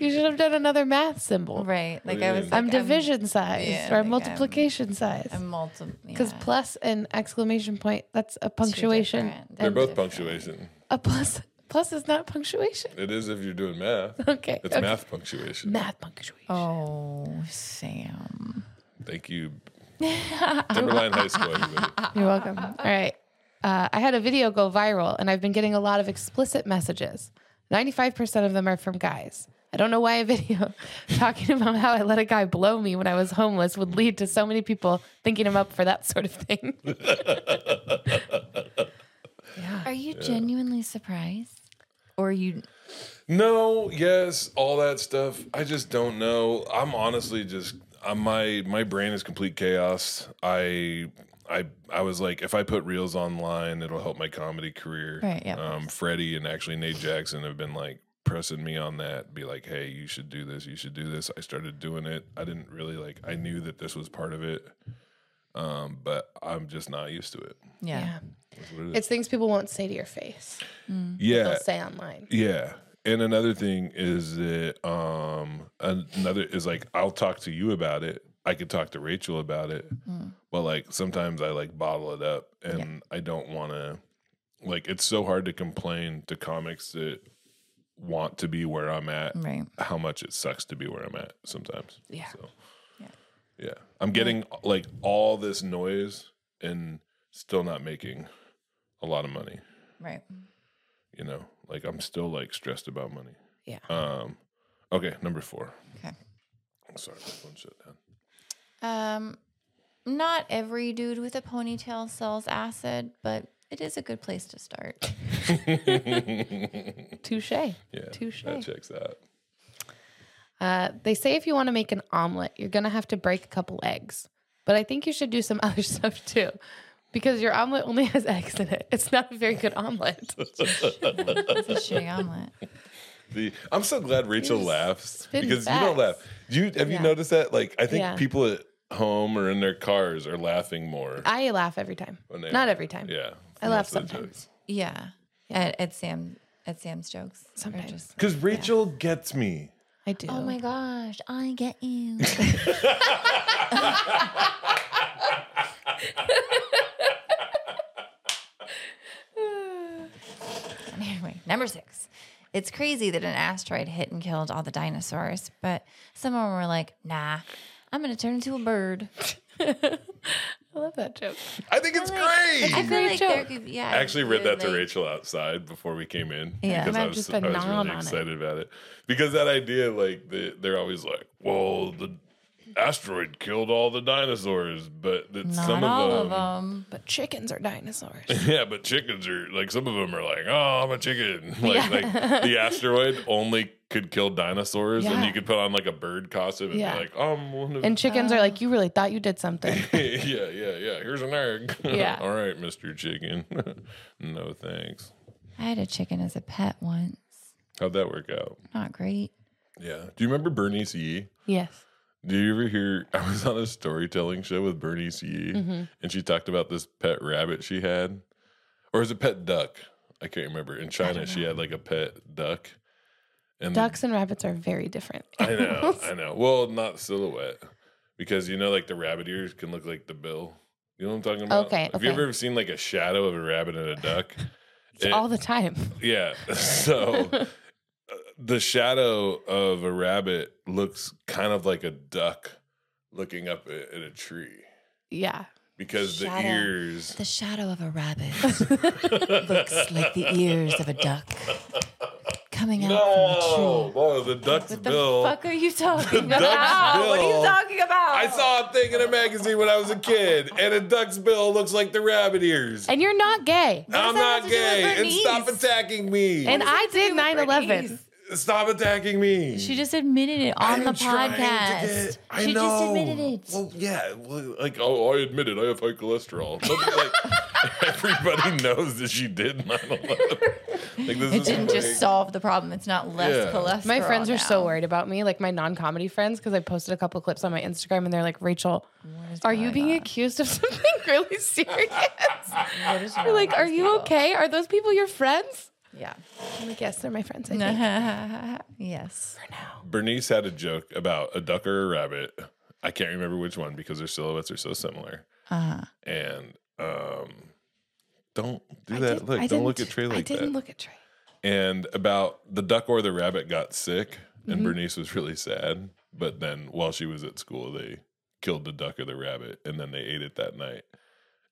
you should have done another math symbol. Right. Like do you I was. mean? like, I'm division size yeah, or like I'm- multiplication size. I'm multiple. Because plus and exclamation point, that's a punctuation. They're both punctuation. A plus plus is not punctuation. It is if you're doing math. Okay. It's okay. math punctuation. Math punctuation. Oh, Sam. Thank you. Timberline High School, everybody. You're welcome. All right. uh, I had a video go viral and I've been getting a lot of explicit messages. 95% of them are from guys. I don't know why a video talking about how I let a guy blow me when I was homeless would lead to so many people thinking I'm up for that sort of thing. Are you genuinely surprised? Or you No, yes, all that stuff. I just don't know. I'm honestly just I'm, my my brain is complete chaos. I I I was like, if I put reels online, it'll help my comedy career. Right, yeah. Um, Freddie and actually Nate Jackson have been like pressing me on that. Be like, hey, you should do this. You should do this. I started doing it. I didn't really like. I knew that this was part of it, um, but I'm just not used to it. yeah. Yeah. It's things people won't say to your face, Yeah, Mm-hmm. they'll say online. Yeah. And another thing is that um another is like I'll talk to you about it. I could talk to Rachel about it. But like sometimes I like bottle it up and I don't want to like it's so hard to complain to comics that want to be where I'm at. Right. How much it sucks to be where I'm at sometimes. Yeah. So yeah. I'm getting like all this noise and still not making a lot of money Right. you know like i'm still like stressed about money Yeah. um okay number four Okay. sorry this one shut down Um not every dude with a ponytail sells acid, but it is a good place to start. Touche. yeah Touche. that checks that Uh, they say if you want to make an omelet, you're going to have to break a couple eggs. But I think you should do some other stuff too, because your omelet only has eggs in it. It's not a very good omelet. It's a shitty omelet. the i'm so glad rachel laughs spitting because you don't laugh facts. you have you Yeah. noticed that like i think Yeah. people at home or in their cars are laughing more I laugh every time. when they- Not every time. yeah I laugh sometimes. Yeah. At, at Sam at Sam's jokes. Or Sometimes. just- because rachel gets me I do. oh my gosh, I get you. anyway, number six. It's crazy that an asteroid hit and killed all the dinosaurs, but some of them were like, nah, I'm going to turn into a bird. I love that joke. i think it's I great feel Great like there joke. could be, yeah. I actually read that to like- Rachel outside before we came in. Yeah. because Might I have was, just I been was gnawing really on it. excited about it. Because that idea, like the, they're always like, "Well, the asteroid killed all the dinosaurs," but that Not some all of them, But chickens are dinosaurs. yeah, but chickens are like some of them are like, "Oh, I'm a chicken." Like, like the asteroid only could kill dinosaurs, and Yeah. you could put on like a bird costume and Yeah. be like, "I'm one of." And chickens are like, you really thought you did something. yeah, yeah, yeah. Here's an egg. Yeah. all right, Mister Chicken. no thanks. I had a chicken as a pet once. How'd that work out? Not great. Yeah. Do you remember Bernice Yee? yes. Do you ever hear? I was on a storytelling show with Bernice Yee, Mm-hmm. and she talked about this pet rabbit she had, or is it pet duck? I can't remember. In China, she had like a pet duck. And the- Ducks and rabbits are very different. I know, I know. Well, not silhouette, because you know, like the rabbit ears can look like the bill. You know what I'm talking about? Okay, Have you okay. ever seen like a shadow of a rabbit and a duck? It- All the time. yeah. So uh, the shadow of a rabbit looks kind of like a duck looking up at, at a tree Yeah. because the Shadow. ears. The shadow of a rabbit looks like the ears of a duck coming out No, no, the duck's from the tree. What the bill. fuck are you talking duck's about? What are bill. you talking about? I saw a thing in a magazine when I was a kid, and a duck's bill looks like the rabbit ears. And you're not gay. does I'm that not have to do with gay, and Bernice? stop attacking me. And I did 9 11. stop attacking me. She just admitted it on the I'm trying to podcast. get- I she know. just admitted it. Well, yeah. Well, like, oh, I admit it. I have high cholesterol. But, like, everybody knows that she did 9 11. Like, this it is didn't like- just solve the problem. It's not less Yeah. cholesterol. My friends are now. so worried about me, like my non comedy friends, because I posted a couple clips on my Instagram and they're like, Rachel, are you being accused of something really serious? They're like, are you okay? Are those people your friends? Yeah. I'm like, yes, they're my friends. I think. yes. Bernice had a joke about a duck or a rabbit. I can't remember which one because their silhouettes are so similar. Uh-huh. And um, don't do that. Did- look, I don't look at didn't- Trey like I didn't that. look at Trey. and about the duck or the rabbit got sick and bernice was really sad but then while she was at school they killed the duck or the rabbit and then they ate it that night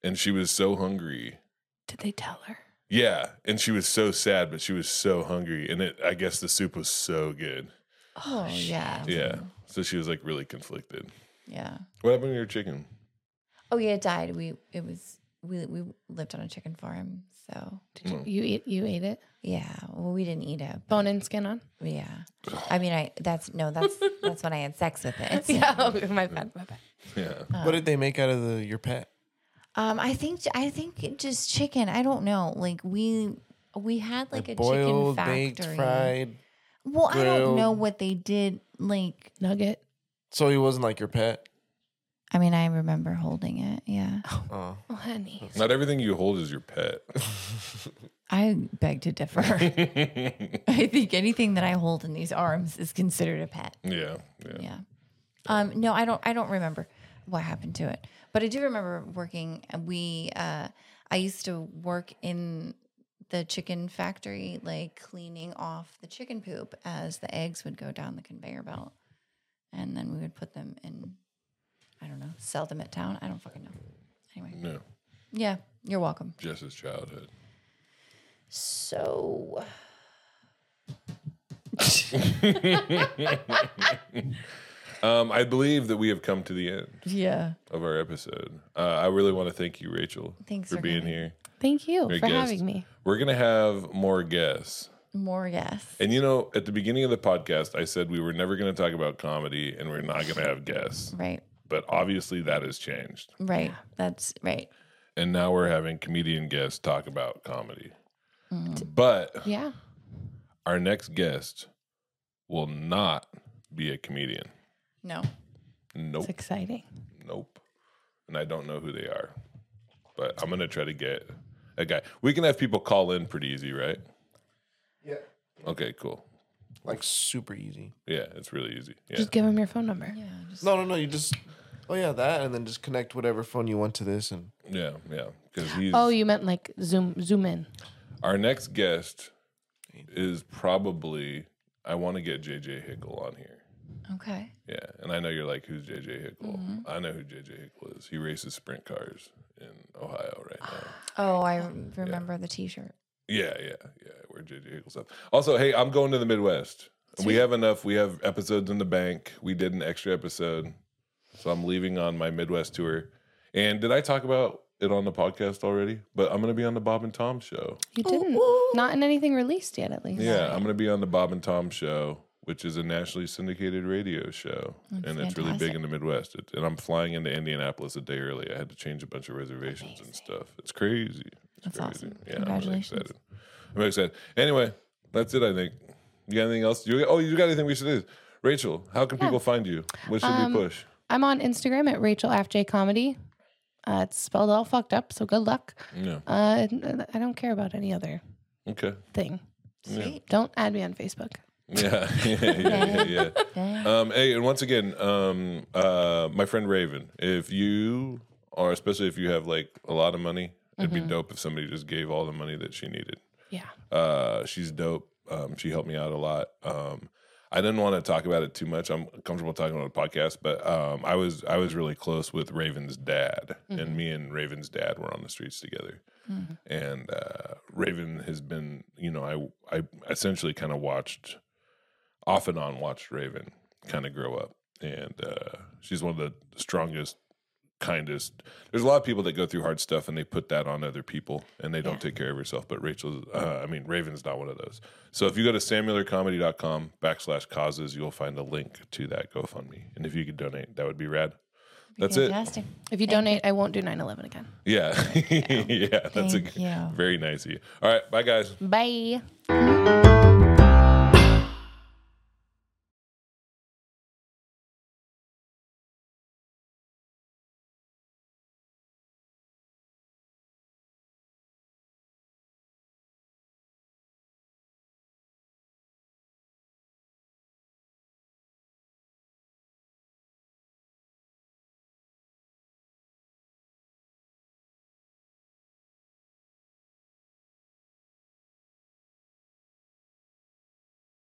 and she was so hungry Did they tell her? Yeah, and she was so sad, but she was so hungry, and it, I guess the soup was so good. Oh, yeah. Yeah, so she was like really conflicted. Yeah. What happened to your chicken? Oh yeah, it died. We it was we we lived on a chicken farm, so Did Mm. you, you eat you ate it? yeah. Well, we didn't eat it. But Bone and skin on? yeah. I mean, I that's no, that's that's when I had sex with it. Yeah. oh, my bad. My bad. Yeah, What did they make out of the your pet? Um, I think I think it just chicken. I don't know. Like we we had like a chicken Boiled, factory. baked, fried. well, I don't grilled. know what they did. Like Nugget. So he wasn't like your pet. I mean, I remember holding it. Yeah. Oh, Oh, honey. not everything you hold is your pet. I beg to differ. I think anything that I hold in these arms is considered a pet. yeah, yeah. Yeah. Um, no, I don't. I don't remember what happened to it, but I do remember working. We, uh, I used to work in the chicken factory, like cleaning off the chicken poop as the eggs would go down the conveyor belt, and then we would put them in. I don't know. Sell them at town. I don't fucking know. Anyway, No, yeah, you're welcome. Jess's childhood. So. Um, I believe that we have come to the end Yeah. of our episode. Uh, I really want to thank you, Rachel, Thanks for for being coming. here. Thank you Great for guest. having me. We're gonna have more guests. More yes. And you know, at the beginning of the podcast, I said we were never going to talk about comedy and we're not going to have guests. Right. But obviously, that has changed. Right. That's right. And now we're having comedian guests talk about comedy. But Yeah. our next guest will not be a comedian. No. Nope. It's exciting. Nope. And I don't know who they are. But I'm going to try to get a guy. We can have people call in pretty easy, right? yeah, Okay, cool. like super easy. Yeah, it's really easy. Yeah. Just give them your phone number. Yeah. Just, No, no, no. You just oh yeah, that, and then just connect whatever phone you want to this, and yeah, yeah. Because he's. Oh, you meant like zoom zoom in. Our next guest is probably I want to get JJ Hickle on here. okay. Yeah, and I know you're like, who's JJ Hickle? Mm-hmm. I know who JJ Hickle is. He races sprint cars in Ohio right now. Oh, I rem- remember the T-shirt. yeah, yeah, yeah. Where JJ Hickle's up. Also, hey, I'm going to the Midwest. We have enough. We have episodes in the bank. We did an extra episode, so I'm leaving on my Midwest tour. And did I talk about it on the podcast already? But I'm going to be on the Bob and Tom show. You didn't. Not in anything released yet, at least. Yeah, I'm going to be on the Bob and Tom show, which is a nationally syndicated radio show, and it's really big fantastic. in the Midwest. It, and I'm flying into Indianapolis a day early. I had to change a bunch of reservations and stuff. It's crazy. It's That's crazy. awesome. Yeah, Congratulations. I'm really excited. I'm really excited. Anyway, that's it. I think. You got anything else? You, oh, you got anything we should do? Rachel, how can people find you? What should Um, we push? I'm on Instagram at Rachel F J Comedy. Uh, it's spelled all fucked up, so good luck. Yeah. Uh, and I don't care about any other Okay. thing. Sweet. Don't add me on Facebook. Yeah. yeah, yeah, yeah, yeah. Dang. Um, hey, and once again, um, uh, my friend Raven, if you are, especially if you have like a lot of money, it'd be dope if somebody just gave all the money that she needed. Yeah. Uh, she's dope. Um, she helped me out a lot. Um, I didn't want to talk about it too much. I'm comfortable talking on a podcast, but um, I was I was really close with Raven's dad, and me and Raven's dad were on the streets together. And uh, Raven has been, you know, I I essentially kind of watched off and on watched Raven kind of grow up, and uh, she's one of the strongest, kindest. There's a lot of people that go through hard stuff and they put that on other people and they don't take care of yourself. But Rachel's, uh, I mean, Raven's not one of those. So if you go to samuelercomedy.com backslash causes, you'll find a link to that GoFundMe, and if you could donate, that would be rad. That's it. Fantastic. If you donate, I won't do 9/11 again. Yeah, yeah. That's a Thank you. very nice of you. All right, bye guys. Bye.